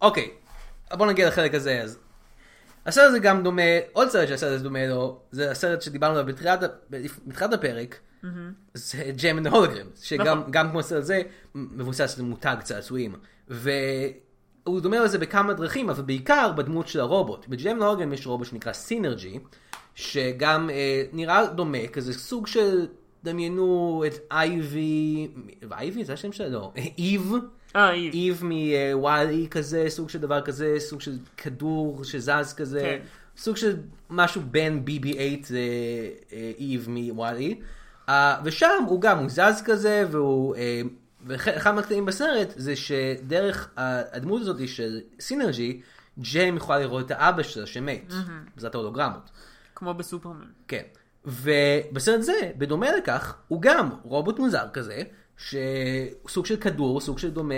S1: אוקיי, בוא נגיע לחלק הזה אז. הסרט הזה גם דומה, עוד סרט שהסרט הזה דומה לו, זה הסרט שדיברנו עליו בתחילת ה- בתחילת הפרק, זה ג'ם אנד הולוגרם, שגם
S2: נכון.
S1: גם כמו הסרט הזה, מבוסס על מותג צעצועים. והוא דומה לזה בכמה דרכים, אבל בעיקר בדמות של הרובוט. בג'ם אנד הולוגרם יש רובוט שנקרא סינרג'י, שגם אה, נראה דומה, כזה סוג של, דמיינו את אייבי, אייבי זה השם שלה? לא, איב.
S2: אה, איב.
S1: איב מוואלי כזה, סוג של דבר כזה, סוג של כדור שזז כזה,
S2: כן.
S1: סוג של משהו בין BB-8 לאיב מוואלי. אה, ושם הוא גם, הוא זז כזה, והוא... אה, ואחד מהקטעים בסרט זה שדרך ה- הדמות הזאת של סינרג'י, ג'ם יכולה לראות את האבא שלה שמת, בעזרת ההולוגרמות.
S2: כמו בסופרמן.
S1: כן. ובסרט זה, בדומה לכך, הוא גם רובוט מוזר כזה, שסוג של כדור, סוג של דומה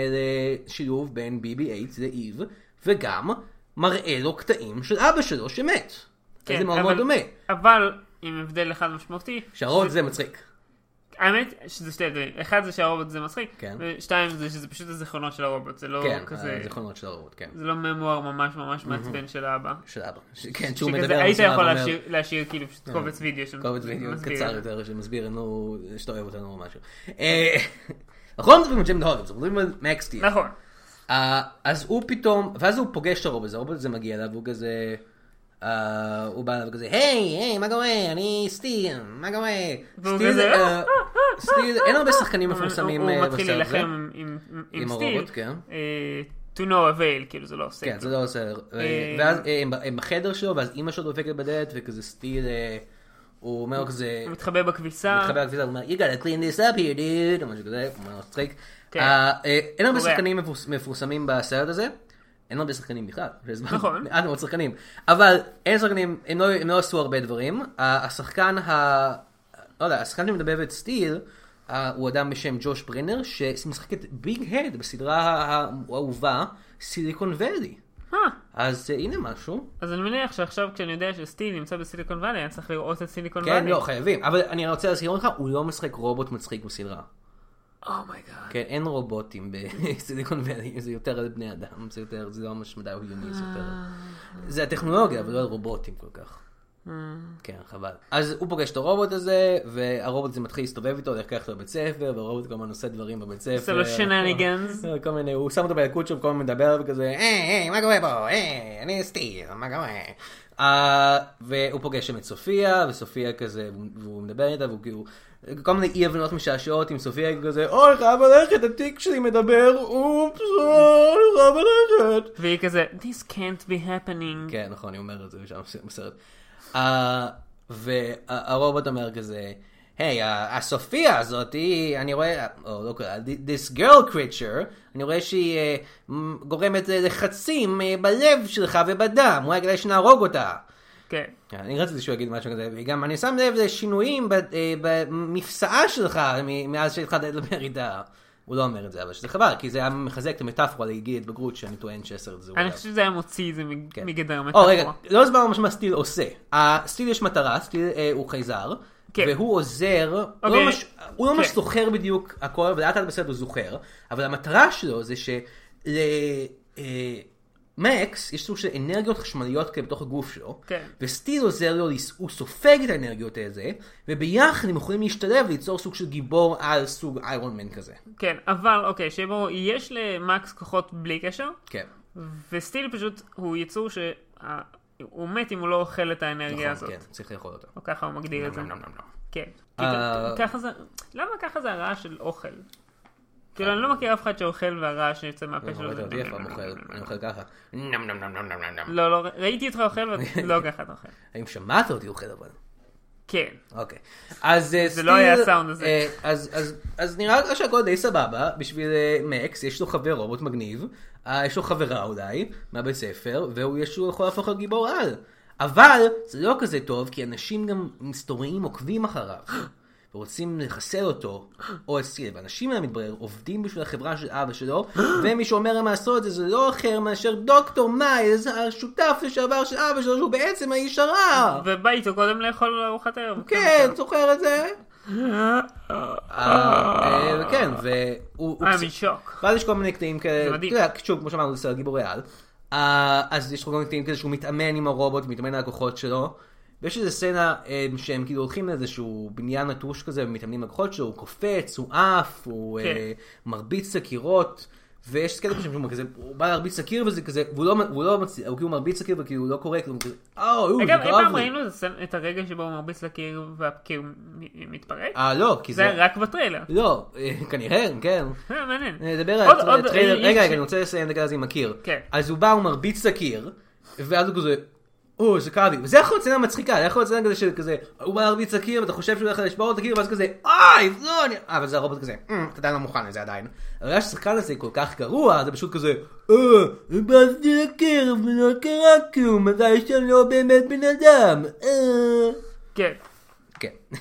S1: לשילוב בין BB-8 לאיב, וגם מראה לו קטעים של אבא שלו שמת. כן, זה מאוד
S2: אבל-
S1: מאוד דומה.
S2: אבל עם הבדל אחד משמעותי.
S1: שהרובוט זה מצחיק.
S2: האמת שזה שתי הבדלים. אחד זה שהרובוט זה מצחיק,
S1: כן.
S2: ושתיים זה שזה פשוט הזיכרונות של הרובוט. זה לא
S1: כן,
S2: כזה...
S1: הזיכרונות של הרובוט, כן.
S2: זה לא ממואר ממש ממש מעצבן של האבא.
S1: של אבא. ש- כן, שהוא מדבר
S2: שכזה
S1: על
S2: היית
S1: הסבבה,
S2: יכול
S1: אומר,
S2: להשאיר- להשאיר כאילו פשוט קובץ וידאו שם.
S1: קובץ וידאו
S2: מסביר.
S1: קצר יותר שמסביר לנו שאתה אוהב אותנו או משהו. אה, אנחנו לא מדברים על ג'ם דהורנס, אנחנו מדברים על מקסטי.
S2: נכון.
S1: אה, אז הוא פתאום, ואז הוא פוגש את הרובוט הזה, הרובוט הזה מגיע אליו, והוא כזה, אה, הוא בא אליו כזה, היי, היי, מה קורה? אני סטיל, מה קורה?
S2: והוא
S1: סטיל,
S2: כזה,
S1: אה, סטיל, אין הרבה שחקנים
S2: הוא-
S1: מפורסמים
S2: הוא
S1: אה,
S2: הוא מתחיל
S1: בסרט הזה.
S2: להילחם עם- עם- עם סטיל.
S1: הרובוט, כן.
S2: אה, To no avail, כאילו זה לא עושה.
S1: כן,
S2: כלום.
S1: זה לא עושה,
S2: אה,
S1: ואז אה, הם ב- הם בחדר שלו, ואז אימא שלו דופקת בדלת, וכזה סטיל, אה, הוא אומר לו כזה,
S2: הוא מתחבא בכביסה.
S1: מתחבר לכביסה, הוא אומר, you gotta clean this up here dude, או משהו כזה, הוא אומר, מצחיק.
S2: כן.
S1: אה, אה, אין הרבה
S2: קורע.
S1: שחקנים מפורס- מפורסמים בסרט הזה. אין הרבה שחקנים בכלל, יש זמן-
S2: נכון.
S1: מעט מאוד שחקנים, אבל אין שחקנים, הם לא, הם לא עשו הרבה דברים, אה, השחקן ה... לא יודע, השחקן שמדבב את סטיל, אה, הוא אדם בשם ג'וש ברנר, שמשחק את ביג הד בסדרה הא- האהובה, סיליקון ואלי,
S2: אה,
S1: אז אה, הנה משהו,
S2: אז אני מניח שעכשיו כשאני יודע שסטיל נמצא בסיליקון וואלי, אני צריך לראות את סיליקון וואלי.
S1: לא כן, לא, חייבים, אבל אני רוצה להזכיר לך, הוא לא משחק רובוט מצחיק בסדרה.
S2: אומייגאד.
S1: כן, אין רובוטים בסיליקון ואלי, זה יותר על בני אדם, זה יותר, זה לא ממש מדע עליוני, זה יותר... זה הטכנולוגיה, אבל לא על רובוטים כל כך.
S2: אה.
S1: כן, חבל. אז הוא פוגש את הרובוט הזה, והרובוט הזה מתחיל להסתובב איתו, הולך לקחת לבית ספר, והרובוט כל הזמן עושה דברים בבית ספר.
S2: עושה לו shenanigans.
S1: כל מיני, הוא שם אותו בילקוט שם, כל הזמן מדבר וכזה, היי, היי, מה קורה פה? היי, אני סטיב, מה קורה? אה, והוא פוגש שם את סופיה, וסופיה כזה, והוא- והוא מדבר איתה, והוא כאילו, כל מיני אי הבנות משעשעות עם סופיה כזה, אוי, אני חייב ללכת, התיק שלי מדבר, אופס, אה, אני חייב ללכת.
S2: והיא כזה, This can't be happening.
S1: כן, נכון, היא אומרת את זה שם בסרט. אה, והרובוט אומר כזה, היי, ה- הסופיה הזאת, היא- אני רואה, או לא קרה, this girl creature, אני רואה שהיא אה, מ- גורמת ללחצים אה, בלב שלך ובדם, אולי כדאי שנהרוג אותה.
S2: כן.
S1: כן, אני רציתי שהוא יגיד משהו כזה, וגם אני שם לב לשינויים ב- אה, במפסעה שלך מ- מאז שהתחלת לדבר איתה. הוא לא אומר את זה, אבל שזה חבל, כי זה היה מחזק את המטאפורה לגיל התבגרות שאני טוען שהסרט הזה הוא...
S2: אני חושב שזה היה מוציא את זה מ-
S1: כן.
S2: מגדר
S1: או רגע,
S2: המטאפורה.
S1: לא הסברנו ממש מה סטיל עושה. ה- סטיל יש מטרה, סטיל אה, הוא חייזר,
S2: כן.
S1: והוא עוזר, הוא לא
S2: אוקיי.
S1: ממש- הוא לא ממש
S2: כן.
S1: זוכר בדיוק הכל, ולאט לאט בסרט הוא זוכר, אבל המטרה שלו זה שלמקס יש סוג של אנרגיות חשמליות כאלה בתוך הגוף שלו,
S2: כן.
S1: וסטיל עוזר לו, לס- הוא סופג את האנרגיות האלה, וביחד הם יכולים להשתלב ליצור סוג של גיבור על סוג איירון מן כזה.
S2: כן, אבל אוקיי, שיהיה ברור, יש למקס כוחות בלי קשר,
S1: כן.
S2: וסטיל פשוט הוא יצור שהוא מת אם הוא לא אוכל את האנרגיה
S1: נכון,
S2: הזאת.
S1: כן, צריך לאכול אותו.
S2: או ככה הוא מגדיר את זה. כן. כי
S1: אה.
S2: ככה זה, למה ככה זה הרעש של אוכל?
S1: כן.
S2: כאילו, אני לא מכיר אף אחד שאוכל והרעש שיוצא מהפה
S1: אני
S2: שלו זה...
S1: אוכל אותי, אף פעם אוכל, אני אוכל ככה. נם נם נם נם נם נם נם.
S2: לא, לא, ראיתי אותך אוכל, ולא ככה אתה אוכל.
S1: האם שמעת אותי אוכל אבל?
S2: כן.
S1: אוקיי. אז אה,
S2: זה לא היה הסאונד הזה.
S1: אה, אז- אז- אז נראה לך שהכל די סבבה בשביל אה, מקס, יש לו חבר רובוט מגניב, אה, יש לו חברה אולי מהבית ספר, והוא יש- הוא יכול להפוך לגיבור על. אבל זה לא כזה טוב, כי אנשים גם מסתוריים עוקבים אחריו. ורוצים לחסל אותו, או את סטיל. ואנשים האלה מתברר עובדים בשביל החברה של אבא שלו, ומי שאומר להם לעשות את זה זה לא אחר מאשר דוקטור מיילס, השותף לשעבר של אבא שלו, שהוא בעצם האיש הרע.
S2: ובא איתו קודם לאכול ארוחת ערב.
S1: כן, זוכר את זה? אה, אה, כן, והוא... הוא-
S2: אה, משוק.
S1: ואז יש כל מיני קטעים כאלה,
S2: זה
S1: אתה
S2: מדהים.
S1: יודע, שוב, כמו שאמרנו, זה סרט גיבורי על. אה, אז יש כל מיני קטעים כאלה שהוא מתאמן עם הרובוט, מתאמן על הכוחות שלו. ויש איזה סצנה אה, שהם כאילו הולכים לאיזשהו בניין נטוש כזה ומתאמנים על הכוחות שלו, הוא קופץ, הוא עף, הוא
S2: כן.
S1: אה, מרביץ לקירות. ויש קטע כזה שהוא כזה, הוא בא להרביץ לקיר וזה כזה, והוא לא, הוא לא מצליח, הוא כאילו מרביץ לקיר וכאילו לא קורה, כאילו, הוא כזה, אה, אוי, זה
S2: אגב, אי
S1: כאב
S2: פעם
S1: לי.
S2: ראינו את הסצנ- את הרגע שבו הוא מרביץ לקיר והקיר מ- מתפרק?
S1: אה, לא, כי
S2: זה היה רק בטריילר.
S1: לא, אה, כנראה, כן.
S2: אה, מעניין.
S1: נדבר
S2: עוד-
S1: על
S2: עוד-
S1: הטריילר,
S2: אה,
S1: רגע,
S2: אה,
S1: רגע, אני רוצה לסיים את הקטע הזה עם הקיר.
S2: כן.
S1: אז הוא בא, הוא מרביץ לקיר, ואז הוא כזה, או, זה כאב לי. וזה יכול להיות סצנה מצחיקה, זה יכול להיות סצנה כזה של כזה, הוא בא להרביץ לקיר, ואתה חושב שהוא הולך לשבור את הקיר, ואז כזה, אוי, לא, אני... אה, אבל זה הרובוט כזה, "אמ, אתה עדיין לא מוכן לזה עדיין. אבל בגלל שהשחקן הזה כל כך גרוע, זה פשוט כזה, אה, הרבצתי לקיר, ולא קרה כלום, מתי שאני לא באמת בן אדם, אה.
S2: כן.
S1: כן.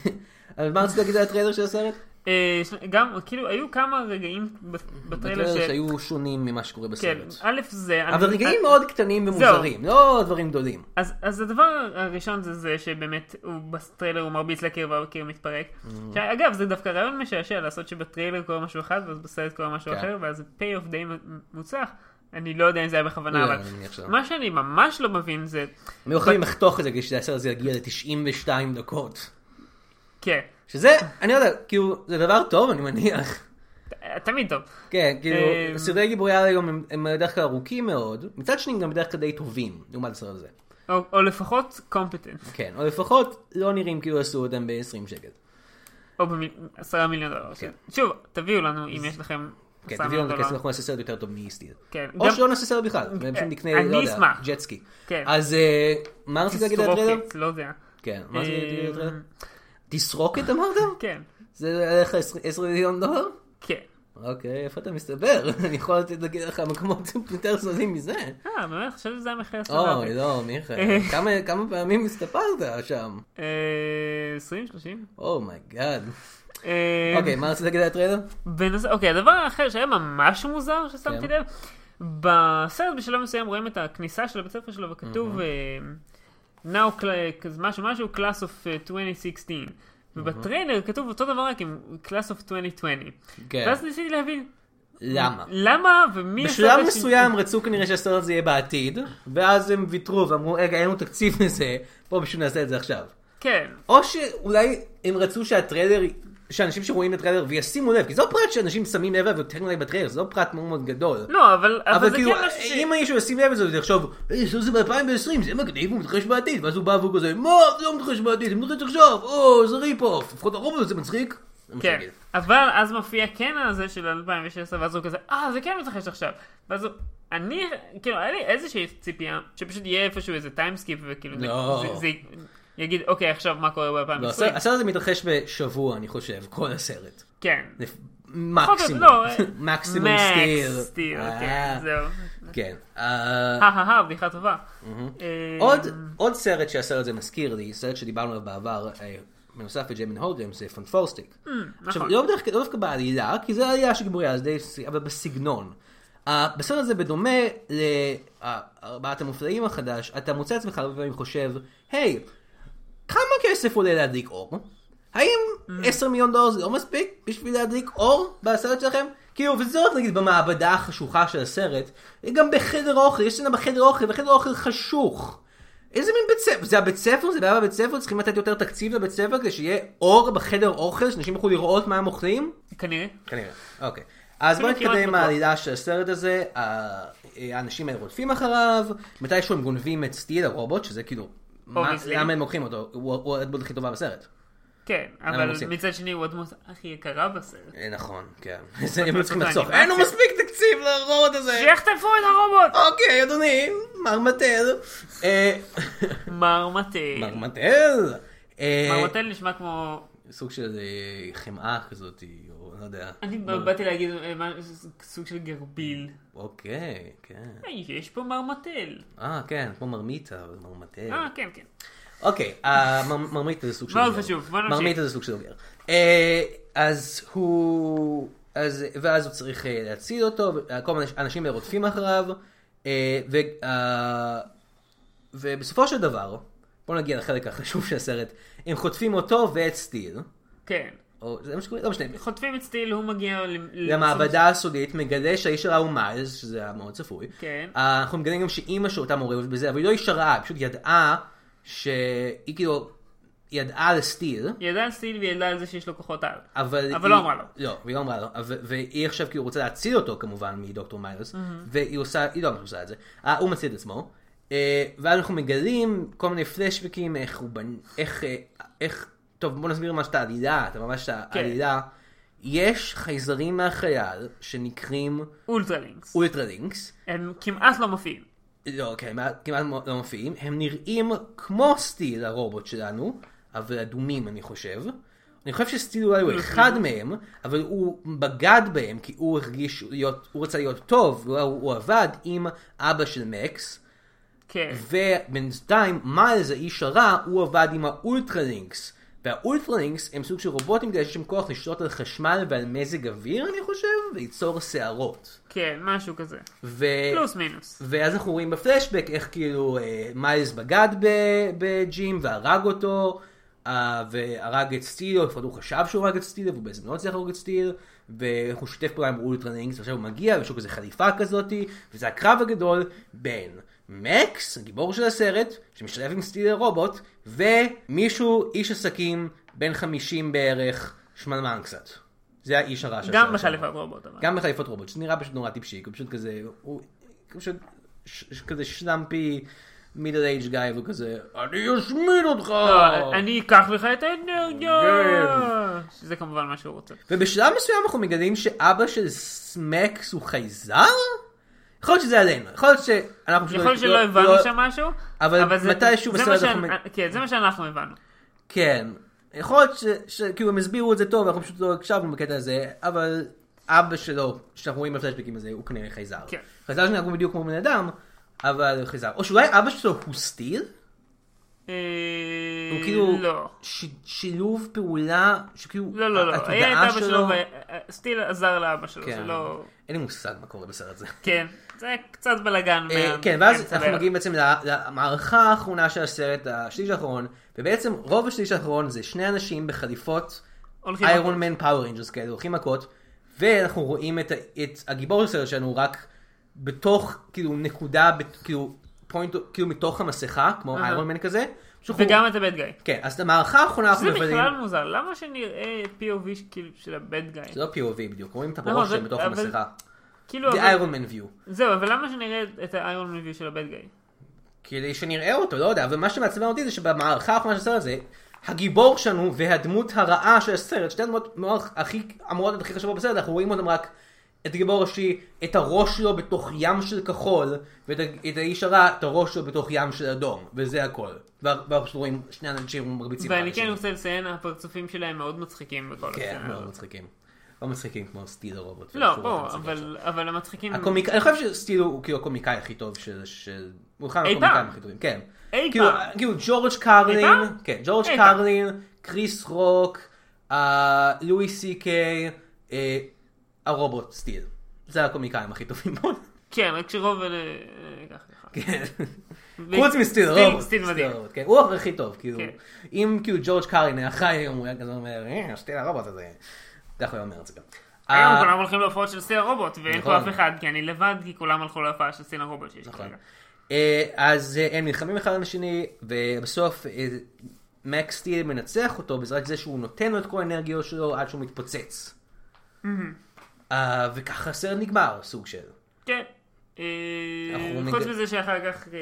S1: אבל מה רצית להגיד על הטריילר של הסרט?
S2: אה, יש- גם, כאילו, היו כמה רגעים ב- בטריילר
S1: בטריילר
S2: ש...
S1: שהיו שונים ממה שקורה
S2: כן,
S1: בסרט.
S2: א' זה...
S1: אבל
S2: אני-
S1: רגעים
S2: אה,
S1: מאוד קטנים ומוזרים, לא דברים גדולים.
S2: אז, אז הדבר הראשון זה זה שבאמת הוא בטריילר הוא מרביץ לקיר והקיר מתפרק.
S1: Mm.
S2: שאגב זה דווקא רעיון משעשע לעשות שבטריילר קורה משהו אחד ואז בסרט קורה משהו
S1: כן.
S2: אחר ואז זה פי אוף די מ- מוצלח. אני לא יודע אם זה היה בכוונה
S1: לא,
S2: אבל
S1: אני מניח שלא.
S2: מה שאני ממש לא מבין זה
S1: הם לא יכולים לחתוך את זה כדי שהסרט הזה יגיע ל-92 דקות.
S2: כן
S1: שזה, אני לא יודע, כאילו, זה דבר טוב, אני מניח.
S2: ת- תמיד טוב.
S1: כן,
S2: אמ,
S1: כאילו, סרטי גיבורי על היום הם- הם בדרך כלל ארוכים מאוד, מצד שני הם גם בדרך כלל די טובים, לעומת הסרט הזה.
S2: או, או לפחות קומפטנט
S1: כן, או לפחות לא נראים כאילו עשו אותם ב-20 שקל.
S2: או בעשרה מיליון דולר.
S1: כן.
S2: שוב תביאו לנו אם יש לכם
S1: כן,
S2: עשרה
S1: תביאו
S2: מיליון
S1: לנו את הכסף,
S2: דולר.
S1: אנחנו נעשה סרט יותר טוב מסטיל.
S2: לא. כן,
S1: או
S2: גם- אה,
S1: שלא נעשה סרט בכלל, ופשוט נקנה,
S2: אני
S1: לא יודע,
S2: אשמח.
S1: ג'טסקי.
S2: כן.
S1: אז אה, מה רצית להגיד על הטריילר?
S2: תסרוקת, לא יודע.
S1: כן, מה רצית להגיד על הטריילר?
S2: אה,
S1: תסרוקת אמרת?
S2: כן
S1: זה היה לך 10 מיליון דולר?
S2: כן.
S1: אוקיי, איפה אתה מסתבר? אני יכול לתת- להגיד לך מקומות יותר זולים מזה.
S2: אה באמת חשבתי שזה המחיר הסטנדרטי.
S1: אוי, לא, מיכאל, כמה, כמה פעמים הסתפרת שם?
S2: 20, 30.
S1: אומייגאד. אוקיי, מה רצית להגיד על הטריילר?
S2: אה, אוקיי, הדבר האחר שהיה ממש מוזר ששמתי
S1: כן.
S2: לב, בסרט בשלב מסוים רואים את הכניסה של הבית ספר שלו וכתוב אה, Now cl- כזה משהו משהו Class of אה, 2016. ובטריילר כתוב אותו דבר רק עם Class of 2020.
S1: כן.
S2: ואז ניסיתי להבין, אה,
S1: למה?
S2: למה ומי עשה
S1: בשלב
S2: את השינוי?
S1: מסוים רצו כנראה שהסרט הזה יהיה בעתיד, ואז הם ויתרו ואמרו, רגע, אין לנו תקציב לזה, בואו פשוט נעשה את זה עכשיו.
S2: כן.
S1: או שאולי הם רצו שהטריילר, שאנשים שרואים את הטריילר וישימו לב, כי זה לא פרט שאנשים שמים לב אליו יותר מדי בטריילר, זה לא פרט מאוד מאוד גדול.
S2: לא, אבל, אבל,
S1: אבל
S2: זה
S1: כאילו,
S2: כן משהו ש...
S1: אם מישהו ישים לב לזה, הוא יחשוב, "אה, עשו את זה ב-2020, זה מגניב, הוא מתרחש בעתיד, ואז הוא בא והוא כזה, מה, זה לא מתרחש בעתיד, זה מתרחש עכשיו, או, זה ריפ-אוף, לפחות הרוב זה מצחיק. זה מה
S2: כן.
S1: שאני אגיד.
S2: אבל אז מופיע כן הזה של 2016, ואז הוא כזה, אה, זה כן מתרחש עכשיו. ואז הוא... אני, כאילו, היה לי איזושהי ציפייה, שפשוט יהיה איפשהו איזה טיימסקיפ, וכאילו, זה-
S1: לא.
S2: זה, זה יגיד, אוקיי, עכשיו מה קורה
S1: לא,
S2: ב-2020?
S1: הסרט הסרט הזה מתרחש בשבוע, אני חושב, כל הסרט.
S2: כן.
S1: זה מקסימום,
S2: לא,
S1: מקסימום סטיר.
S2: מקס סטיר,
S1: אה,
S2: כן, זהו.
S1: כן. אה,
S2: הא-הא-הא, בדיחה טובה. אה,
S1: עוד עוד סרט שהסרט הזה מזכיר לי, סרט שדיברנו עליו בעבר, אה, בנוסף לג'יימן הורדם, זה פנפורסטיק. עכשיו,
S2: נכון.
S1: לא בדרך- לא דווקא בעלילה, כי זה עלילה שגמוריה, אז די, ס- אבל בסגנון. אה, בסרט הזה, בדומה לארבעת המופלאים החדש, אתה מוצא עצמך הרבה פעמים חושב, היי, כמה כסף עולה להדליק אור? האם 10 מיליון דולר זה לא מספיק בשביל להדליק אור בסרט שלכם? כאילו, וזה לא רק נגיד במעבדה החשוכה של הסרט, גם בחדר אוכל, יש סצנה בחדר אוכל, בחדר אוכל חשוך. איזה מין בית ספר? זה הבית ספר? זה בעיה בבית ספר? צריכים לתת יותר תקציב לבית ספר כדי שיהיה אור בחדר אוכל, שאנשים יוכלו לראות מה הם אוכלים?
S2: כנראה.
S1: כנראה. אוקיי. אז בוא
S2: אפילו כמעט
S1: נתקדם עם
S2: בטוח.
S1: העלילה של הסרט הזה, ה- אה, האנשים האלה רודפים אחריו, מתישהו הם גונבים את סטיל הרובוט, שזה כאילו, מה-
S2: Obviously.
S1: למה הם לוקחים אותו? הוא הוא הדמות הכי טובה בסרט.
S2: כן,
S1: הם
S2: אבל
S1: עושים?
S2: מצד שני הוא הדמות הכי יקרה בסרט.
S1: אה, נכון, כן. זה הם לא צריכים
S2: אותה
S1: לחסוך.
S2: אנימציה.
S1: אין לו מספיק תקציב לרובוט הזה!
S2: שיחטפו את הרובוט!
S1: אוקיי, אדוני, מר מטל. אה,
S2: מר מטה.
S1: מר מטל! אה,
S2: מר מטה נשמע כמו...
S1: סוג של אה, חמאה כזאת, או לא יודע.
S2: אני
S1: לא-
S2: באתי להגיד אה, מה- סוג של גרביל.
S1: אוקיי, כן.
S2: היי, יש פה מרמטל.
S1: אה, כן, כמו מרמיתה, אבל מרמטל.
S2: אה, כן, כן.
S1: אוקיי, אה, מר- מרמיתה זה סוג של...
S2: מאוד
S1: אוגר.
S2: חשוב, בוא נמשיך.
S1: מרמיתה זה סוג של אוגר. אה, אז הוא... אז, ואז הוא צריך אה, להציל אותו, וכל מיני אנשים רודפים אחריו, אה, ו, אה, ובסופו של דבר, בואו נגיע לחלק החשוב של הסרט, הם חוטפים אותו ואת סטיל,
S2: כן.
S1: או זה מה שקורה, לא משנה,
S2: חוטפים את סטיל, הוא מגיע ל- ל-
S1: למעבדה הסודית, מגלה שהאיש הרע הוא מיילס, שזה היה מאוד צפוי.
S2: כן.
S1: אה, אנחנו מגלים גם שאימא שלו הייתה מעורבת בזה, אבל היא לא איש הרע, היא פשוט ידעה שהיא כאילו, ידעה על סטיל,
S2: היא ידעה על סטיל והיא ידעה על זה שיש לו כוחות על.
S1: אבל...
S2: אבל
S1: היא-
S2: לא אמרה לו.
S1: לא, והיא לא אמרה לו. ו- והיא עכשיו כאילו רוצה להציל אותו כמובן מדוקטור מיילס, והיא עושה, היא לא ממש עושה את זה. אה, הוא מציל את עצמו. אה, ואז אנחנו מגלים כל מיני פלשבקים, איך הוא בנ... איך... אה, איך... טוב, בוא נסביר ממש את העלילה, את ממש
S2: כן.
S1: העלילה. יש חייזרים מהחייל שנקראים
S2: אולטרלינקס.
S1: אולטרלינקס.
S2: הם כמעט לא מופיעים.
S1: לא, כן, כמעט- כמעט לא מופיעים. הם נראים כמו סטיל הרובוט שלנו, אבל אדומים אני חושב. אני חושב שסטיל אולי הוא אחד מהם, אבל הוא בגד בהם כי הוא הרגיש להיות, הוא רצה להיות טוב, הוא, הוא עבד עם אבא של מקס,
S2: כן.
S1: ובינתיים מיילס האיש הרע, הוא עבד עם האולטרלינקס. והאולטרלינקס הם סוג של רובוטים כאלה שיש להם כוח לשלוט על חשמל ועל מזג אוויר, אני חושב, וליצור שערות.
S2: כן, משהו כזה.
S1: ו...
S2: פלוס מינוס.
S1: ואז אנחנו רואים בפלשבק איך כאילו אה, מיילס בגד ב- בג'ים והרג אותו, אה, והרג את סטיל, או לפחות הוא חשב שהוא הרג את סטיל, והוא בעצם לא הצליח להרוג את סטיל, והוא שיתף פעולה עם אולטרנינגס, ועכשיו הוא מגיע, ויש לו כזה חליפה כזאתי, וזה הקרב הגדול בין מקס, הגיבור של הסרט, שמשתלב עם סטיל הרובוט, ומישהו, איש עסקים, בן 50 בערך, שמנמן קצת. זה האיש הרע של הסרט.
S2: גם
S1: שלנו.
S2: בחליפת רובוט. אבל.
S1: גם בחליפות רובוט, שזה נראה פשוט נורא טיפשי, כי הוא פשוט כזה, הוא הוא פשוט ש- ש- כזה שלמפי מידל אייג' גיא, והוא כזה, אני אשמיד אותך!
S2: לא, אני אקח לך את האנרגיה! שזה כמובן מה שהוא רוצה.
S1: ובשלב מסוים אנחנו מגלים שאבא של סמקס הוא חייזר? יכול להיות שזה עלינו, יכול להיות שאנחנו פשוט לא-
S2: יכול להיות שלא הבנו שם משהו,
S1: אבל
S2: אבל זה-
S1: מתישהו
S2: זה
S1: בסרט
S2: מה
S1: אנחנו
S2: שאנ-
S1: מ-
S2: כן, זה מה שאנחנו הבנו.
S1: כן. יכול להיות ש- שכאילו הם הסבירו את זה טוב, אנחנו פשוט לא הקשבנו בקטע הזה, אבל אבא שלו, שאנחנו רואים בפלשבקים הזה, הוא כנראה חייזר.
S2: כן.
S1: חייזר שנהגו בדיוק כמו בן אדם, אבל הוא חייזר. או שאולי אבא שלו הוא סטיל?
S2: אה,
S1: הוא כאילו
S2: לא.
S1: ש, שילוב פעולה שכאילו
S2: לא, לא, לא.
S1: התודעה
S2: היה את אבא
S1: שלו
S2: שלו, אה, סטיל עזר לאבא שלו,
S1: כן.
S2: זה לא...
S1: אין לי מושג מה קורה בסרט הזה.
S2: כן, זה קצת בלאגן.
S1: אה,
S2: מה-
S1: כן, ואז
S2: מאמצע
S1: אנחנו
S2: בערב.
S1: מגיעים בעצם ל- למערכה האחרונה של הסרט, השליש האחרון, ובעצם רוב השליש האחרון זה שני אנשים בחליפות
S2: הולכים
S1: איירון
S2: מכות.
S1: מן פאוור רינג'רס כאלה, הולכים מכות, ואנחנו רואים את, ה- את הגיבור הסרט שלנו רק בתוך, כאילו, נקודה, ב- כאילו, פוינט, כאילו מתוך המסכה, כמו
S2: אהה.
S1: איירון מן כזה. שאנחנו-
S2: וגם את הבד גיא.
S1: כן, אז את המערכה האחרונה אנחנו
S2: זה
S1: מבלים,
S2: בכלל מוזר, למה שנראה POV ש- כאילו של הבד גיא?
S1: זה לא POV בדיוק, רואים את
S2: נכון,
S1: הראש
S2: זה-
S1: שלהם בתוך
S2: אבל-
S1: המסכה.
S2: כאילו,
S1: זה
S2: אבל-
S1: איירון מן view.
S2: זהו, אבל למה שנראה את האיירון מביו של הבד גיא?
S1: כדי שנראה אותו, לא יודע, אבל מה שמעצבן אותי זה שבמערכה האחרונה של הסרט זה, הגיבור שלנו והדמות הרעה של הסרט, שתי הדמות מאוד הכי אמורות להיות הכי חשובות בסרט, אנחנו רואים אותם רק את הגיבור הראשי, את הראש שלו בתוך ים של כחול, ואת ה- את האיש הרע, את הראש שלו בתוך ים של אדום, וזה הכל. וה- ואנחנו רואים שני אנשים מרביצים.
S2: ואני
S1: לאנשים.
S2: כן רוצה לציין, הפרצופים שלהם מאוד מצחיקים בכל
S1: כן,
S2: הסצנה
S1: מאוד
S2: הזאת.
S1: מצחיקים. לא מצחיקים כמו סטיל הרובוט.
S2: לא,
S1: שהוא
S2: ברור,
S1: מצחיק עכשיו.
S2: אבל- אבל המצחיקים...
S1: הקומיק... אני חושב שסטיל הוא כאילו הקומיקאי הכי טוב של... של... הוא אחד
S2: אי
S1: הקומיקאים
S2: פעם.
S1: הכי טובים, כן.
S2: אי
S1: כאילו,
S2: פעם.
S1: כאילו ג'ורג' קרלין,
S2: אי פעם?
S1: כן, ג'ורג'
S2: אי פעם.
S1: קרלין, קריס רוק, אה, לואי סי קיי, אה, הרובוט סטיל. זה הקומיקאים הכי טובים פה.
S2: כן, רק שרוב אלה... אה, ככה, ככה.
S1: כן.
S2: ו-
S1: חוץ מסטיל רובוט.
S2: סטיל מדהים.
S1: הרובוט, כן. הוא הכי טוב, כאילו.
S2: כן.
S1: אם כאילו ג'ורג' קרלין היה חי היום, הוא היה כזה אומר, "אה, סטיל הרובוט הזה. ככה הוא היה אומר את זה גם.
S2: היום לא
S1: אה,
S2: כולם הולכים להופעות של סטיל הרובוט, ואין
S1: נכון.
S2: פה אף אחד, כי אני לבד, כי כולם הלכו להופעה של סטיל הרובוט שיש
S1: נכון.
S2: כרגע.
S1: אה, אז אה, הם נלחמים אחד עם השני, ובסוף אה, מקס סטיל מנצח אותו בעזרת זה שהוא נותן לו את כל האנרגיות שלו עד שהוא מתפוצץ. אה, וככה הסרט נגמר, סוג של.
S2: כן. אה,
S1: אנחנו
S2: חוץ
S1: מג-
S2: מזה שאחר כך... אה,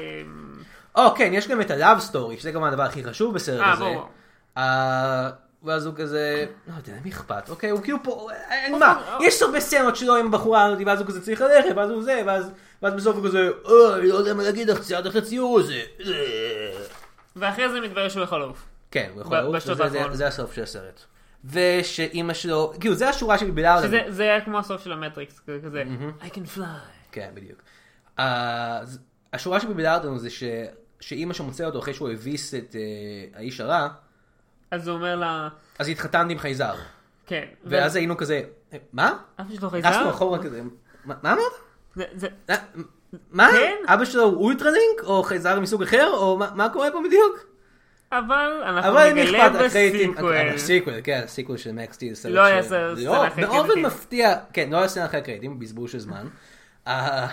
S1: או, כן, יש גם את ה-Love Story, שזה גם הדבר הכי חשוב בסרט
S2: אה,
S1: הזה.
S2: ברור.
S1: אה, ואז הוא כזה, לא יודע, למי אכפת, אוקיי, הוא כאילו פה, אין
S2: אוקיי,
S1: מה,
S2: אוקיי.
S1: יש הרבה סצנות שלו עם בחורה הזאת, ואז הוא כזה צריך ללכת, ואז הוא זה, ואז ואז בסוף הוא כזה, "אה, אני לא יודע מה להגיד לך, ציירת לך את הציור הזה. אה."
S2: ואחרי זה מתברר שהוא יכול לעוף.
S1: כן, הוא יכול
S2: ב-
S1: לעוף,
S2: בשלב
S1: וזה- זה-
S2: האחרון.
S1: זה הסוף של הסרט. ושאימא שלו, כאילו זה השורה שבילה עליו.
S2: שזה- זה היה כמו הסוף של המטריקס, כזה- כזה, I can fly.
S1: כן, בדיוק. אז השורה שבילה אותנו זה ש... שאימא שמוצא אותו אחרי שהוא הביס את אה, האיש הרע,
S2: אז הוא אומר לה,
S1: אז התחתנתי עם חייזר.
S2: כן.
S1: ואז היינו כזה, "אה, מה?
S2: אף שלא
S1: רצנו
S2: חייזר?
S1: אחורה כזה, מה מה אמרת?
S2: זה- זה-
S1: אה, מה?
S2: כן.
S1: אבא שלו הוא אולטרלינק? או חייזר מסוג אחר? או מה- מה קורה פה בדיוק?
S2: אבל אנחנו
S1: אבל אם
S2: נגלה
S1: אכפת אחרי...
S2: בסיקוול.
S1: הסיקוול, כן, הסיקוול של מקס סטיל. סרט
S2: לא היה
S1: ש-
S2: סרט-
S1: לא,
S2: סצנה אחרי
S1: באופן
S2: הקרדיטים.
S1: מפתיע, כן, לא היה סצנה אחרי הקרדיטים, בזבוז של זמן. אה,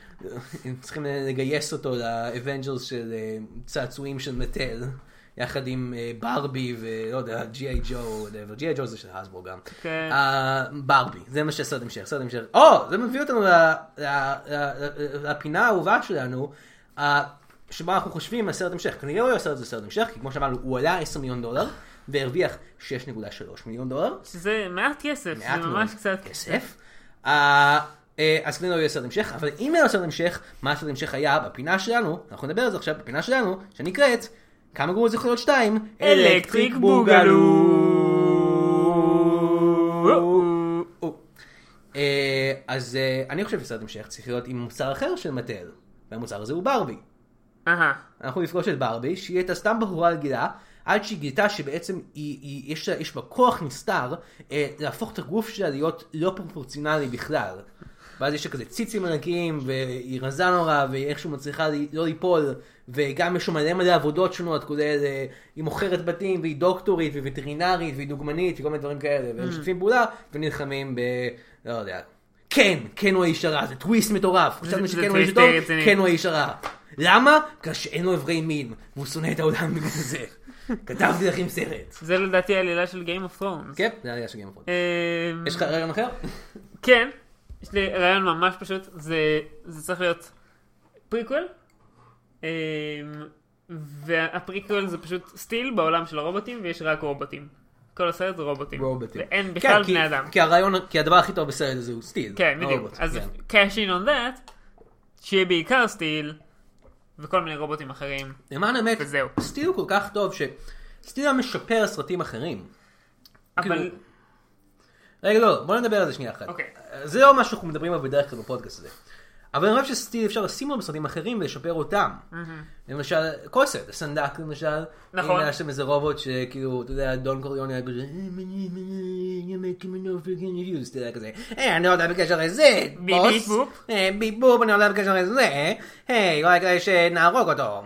S1: הם צריכים לגייס אותו לאבנג'רס של אה, צעצועים של מטל, יחד עם אה, ברבי ולא יודע, ג'י איי ג'ו, ג'י איי ג'ו זה של הסבור גם.
S2: כן.
S1: אה, ברבי, זה מה שסרט המשך, סרט המשך. או, זה מביא אותנו ל- ל- ל- לפינה האהובה שלנו, אה, שבה אנחנו חושבים על סרט המשך. כנראה לא יהיה סרט זה סרט המשך, כי כמו שאמרנו, הוא עלה 10 מיליון דולר, והרוויח 6.3 מיליון דולר.
S2: שזה מעט כסף,
S1: מעט
S2: זה
S1: מאוד
S2: ממש קצת
S1: כסף. אה, אה, אז כנראה לא יהיה סרט המשך, אבל אם היה סרט המשך, מה הסרט המשך היה בפינה שלנו, אנחנו נדבר על זה עכשיו, בפינה שלנו, שנקראת, כמה גרוע זה יכול להיות שתיים,
S2: אלקטריק בוגלו.
S1: או. אה, אז אה, אני חושב שסרט המשך צריך להיות עם מוצר אחר של מטל, והמוצר הזה הוא ברבי.
S2: אהה.
S1: אנחנו נפגוש את ברבי, שהיא הייתה סתם בחורה רגילה, עד שהיא גילתה שבעצם היא, היא, יש, לה, יש בה כוח נסתר אה, להפוך את הגוף שלה להיות לא פרופורציונלי בכלל. ואז יש לה כזה ציצים ענקיים, והיא רזה נורא, ואיכשהו מצליחה לי, לא ליפול, וגם יש לה מלא מלא עבודות שונות, כולל אה, היא מוכרת בתים, והיא דוקטורית, והיא וטרינרית, והיא דוגמנית, וכל מיני דברים כאלה,
S2: Mm.
S1: והם משתפים פעולה, ונלחמים ב... לא יודע. כן, כן הוא האיש הרע, זה טוויסט מטורף, חשבנו
S2: זה
S1: שכן הוא האיש
S2: טוויסט
S1: טוב,
S2: רציני.
S1: כן הוא האיש הרע. למה? בגלל שאין לו אברי מין, והוא שונא את העולם בגלל זה. כתבתי לכם סרט.
S2: זה לדעתי העלילה של Game of Thrones.
S1: כן, זה היה של גיימפון.
S2: אמ,
S1: יש לך רעיון אחר?
S2: כן, יש לי רעיון ממש פשוט, זה, זה צריך להיות פריקוול, אמ, והפריקוול זה פשוט סטיל בעולם של הרובוטים, ויש רק רובוטים. כל הסרט זה רובוטים.
S1: רובוטים.
S2: ואין
S1: כן,
S2: בכלל
S1: כי-
S2: בני אדם.
S1: כי הרעיון, כי הדבר הכי טוב בסרט הזה הוא סטיל.
S2: כן, בדיוק.
S1: הרובוט,
S2: אז
S1: כן.
S2: cash in on that, שיהיה בעיקר סטיל, וכל מיני רובוטים אחרים.
S1: למען האמת,
S2: וזהו.
S1: סטיל הוא כל כך טוב ש... סטיל היה משפר סרטים אחרים.
S2: אבל
S1: כאילו- רגע, לא, בוא נדבר על זה שנייה אחת.
S2: אוקיי.
S1: זה לא מה שאנחנו מדברים עליו בדרך כלל בפודקאסט הזה. אבל אני חושב שסטיל אפשר לשים לו בסרטים אחרים ולשפר אותם. למשל, קוסט, הסנדק למשל.
S2: נכון.
S1: אם היה שם איזה רובוט שכאילו, אתה יודע, דון קוריון היה כזה, "אה, מ- מ- מ- you make me no freaking use", אתה יודע, כזה, "אה, אני לא יודע בקשר לזה,
S2: בי-
S1: בוס.
S2: ביפ בופ.
S1: "אה, ביפ בופ, אני לא יודע בקשר לזה. היי, אולי כדאי שנהרוג אותו.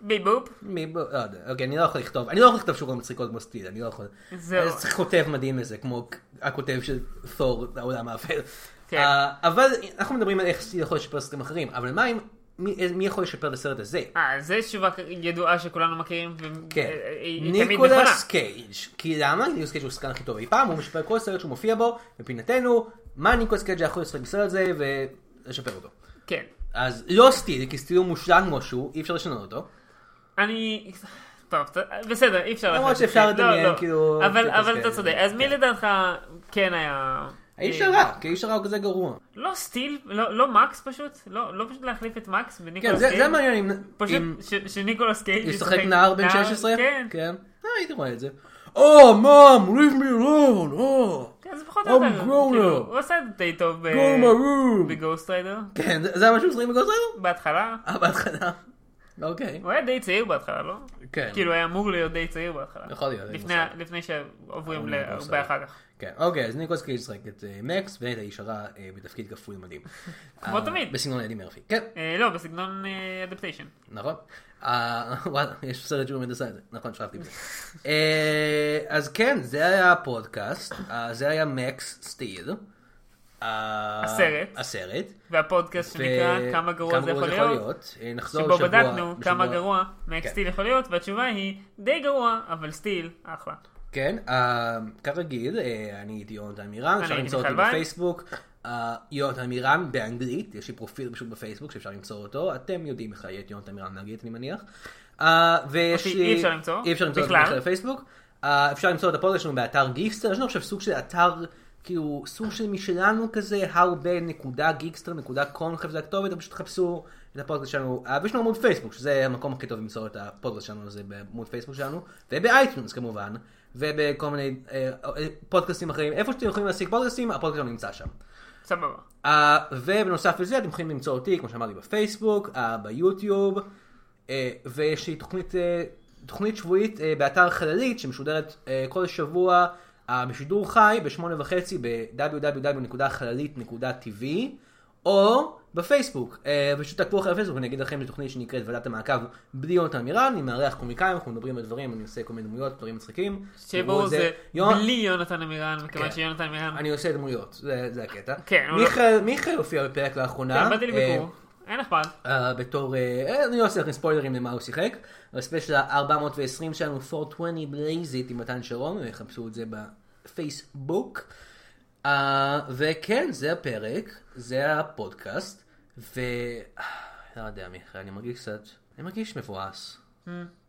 S2: בי בופ.
S1: מי ב... לא יודע, אוקיי, אני לא יכול לכתוב, אני לא יכול לכתוב שורות מצחיקות כמו סטיל, אני לא יכול.
S2: זהו.
S1: אז צריך כותב מדהים לזה, כמו הכותב של תור העולם האפל.
S2: כן.
S1: אה, אבל אנחנו מדברים על איך סטיל יכול לשפר סרטים אחרים, אבל מה אם, מי מי יכול לשפר את הסרט הזה?
S2: אה, זו תשובה ידועה שכולנו מכירים,
S1: כן.
S2: והיא אה, תמיד נכונה.
S1: ניקולס קייג'. כי למה? ניקולס קייג' הוא השחקן הכי טוב אי פעם, הוא משפר כל סרט שהוא מופיע בו, מבחינתנו, מה ניקולס קייג' יכול לשחק בסרט הזה ולשפר אותו.
S2: כן.
S1: אז לא סטיל, כי סטיל הוא מושלם כמו שהוא, אי אפשר לשנות אותו.
S2: אני... טוב, ת- בסדר, אי אפשר...
S1: למרות
S2: לדעת.
S1: שאפשר
S2: לא,
S1: לדמיין,
S2: לא.
S1: כאילו,
S2: אבל
S1: טיפוס
S2: אבל אתה
S1: כאלה.
S2: צודק. אז מי
S1: כן.
S2: לדעתך כן היה...
S1: האיש
S2: אה,
S1: הרע, כי האיש הרע הוא כזה גרוע.
S2: לא סטיל, לא לא מקס פשוט? לא לא פשוט להחליף את מקס
S1: כן,
S2: בניקולס
S1: זה
S2: קייג'?
S1: זה מעניין אם...
S2: אוקיי. פשוט
S1: אם-
S2: ש- שניקולס קייג'
S1: ישחק נער בן 16?
S2: כן.
S1: כן. אה, הייתי רואה את זה. או, מום, leave me alone, או.
S2: כן, זה פחות
S1: I'm
S2: או יותר.
S1: grown
S2: כאילו,
S1: up.
S2: הוא עשה את זה די טוב ב-
S1: Go in my room.
S2: בגוסט ריידר,
S1: כן, זה- זה מה שהוא משחק בגוזר?
S2: בהתחלה.
S1: אה, בהתחלה. אוקיי.
S2: הוא היה די צעיר בהתחלה, לא?
S1: כן.
S2: כאילו, היה אמור להיות די צעיר בהתחלה.
S1: יכול להיות, אין
S2: לפני-
S1: מושג.
S2: לפני שעוברים
S1: אין לי מושג.
S2: להרבה אחר כך.
S1: כן, אוקיי, אז ניקולס קייג' ישחק את אה, מקס, ואת האיש הרע אה, בתפקיד כפוי מדהים. אה,
S2: תמיד.
S1: בסגנון אדי מרפי. כן,
S2: אה, לא, בסגנון אדפטיישן.
S1: נכון. אה, וואלה, יש סרט שהוא באמת עשה את זה. נכון, שכחתי את זה. אה, אז כן, זה היה הפודקאסט, אה, זה היה מקס סטיל. אה,
S2: הסרט.
S1: הסרט.
S2: והפודקאסט שנקרא
S1: ו-
S2: כמה גרוע זה יכול להיות.
S1: אה, נחזור
S2: שבו
S1: שבוע.
S2: בדקנו כמה
S1: בשבוע-
S2: גרוע מקס
S1: כן.
S2: סטיל יכול להיות, והתשובה היא די גרוע, אבל סטיל אחלה.
S1: כן, אה, כרגיל, אה, אני הייתי יונתן מירן, אפשר
S2: הייתי
S1: למצוא אותי
S2: מיכל וייס.
S1: בפייסבוק. אה, יונתן מירן באנגלית, יש לי פרופיל פשוט בפייסבוק שאפשר למצוא אותו. אתם יודעים איך יהיה את יונתן מירן באנגלית, אני מניח. אה, ויש
S2: אותי
S1: לי...
S2: אוקיי, אי אפשר למצוא,
S1: אי אפשר למצוא אותי
S2: בכלל.
S1: בכלל בפייסבוק. אה, אפשר למצוא את הפודקאסט שלנו באתר גיפסטר, יש לנו עכשיו סוג של אתר, כאילו, סוג של משלנו כזה, הרבה.geekster.com, אני חושב שזה הכתובת, פשוט תחפשו את הפודקאסט שלנו, אה, ויש לנו עמוד פייסבוק, שזה המקום הכי טוב למצוא את הפודקאסט שלנו, זה בעמוד פייסבוק שלנו, ובאייטיונס כמובן, ובכל מיני אה, אה, פודקאסטים אחרים, איפה שאתם יכולים להשיג פודקאסטים, הפודקאסט שלנו נמצא שם.
S2: סבבה.
S1: Uh, ובנוסף לזה אתם יכולים למצוא אותי, כמו שאמרתי, בפייסבוק, uh, ביוטיוב, uh, ויש לי תוכנית, uh, תוכנית שבועית uh, באתר חללית שמשודרת uh, כל שבוע uh, בשידור חי בשמונה וחצי ב-www.חללית.tv או בפייסבוק, uh, פשוט תעקבו אחרי הפייסבוק, אני אגיד לכם, זו תוכנית שנקראת ועדת המעקב בלי יונתן מירן, אני מארח קומיקאים, אנחנו מדברים על דברים, אני עושה כל מיני דמויות, דברים מצחיקים. תראו
S2: שבו
S1: את
S2: זה
S1: יונ-
S2: בלי יונתן עמירן, מכיוון
S1: כן.
S2: שיונתן עמירן...
S1: אני עושה דמויות, זה, זה הקטע.
S2: כן, אבל-
S1: מיכאל, מיכאל הופיע בפרק לאחרונה.
S2: כן, באתי לביקור. אין אכפת.
S1: אה, אה, בתור, אה, אה, אני לא עושה לכם ספוילרים למה הוא שיחק. הספיישל ה-420 שלנו, 420 בלייזית עם מתן שרון, יחפשו את זה בפייסבוק. אה, וכן, זה הפרק, זה הפודקאסט, ו... אה, לא יודע, מיכאל, אני מרגיש קצת... אני מרגיש מבואס.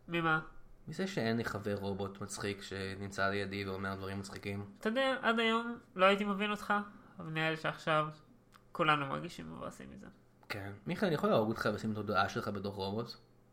S2: ממה?
S1: מזה שאין לי חבר רובוט מצחיק שנמצא לידי ואומר דברים מצחיקים.
S2: אתה יודע, עד היום לא הייתי מבין אותך, אבל נראה לי שעכשיו כולנו מרגישים מבואסים מזה.
S1: כן. מיכאל, אני יכול להרוג אותך ולשים את התודעה שלך בתוך רובוט?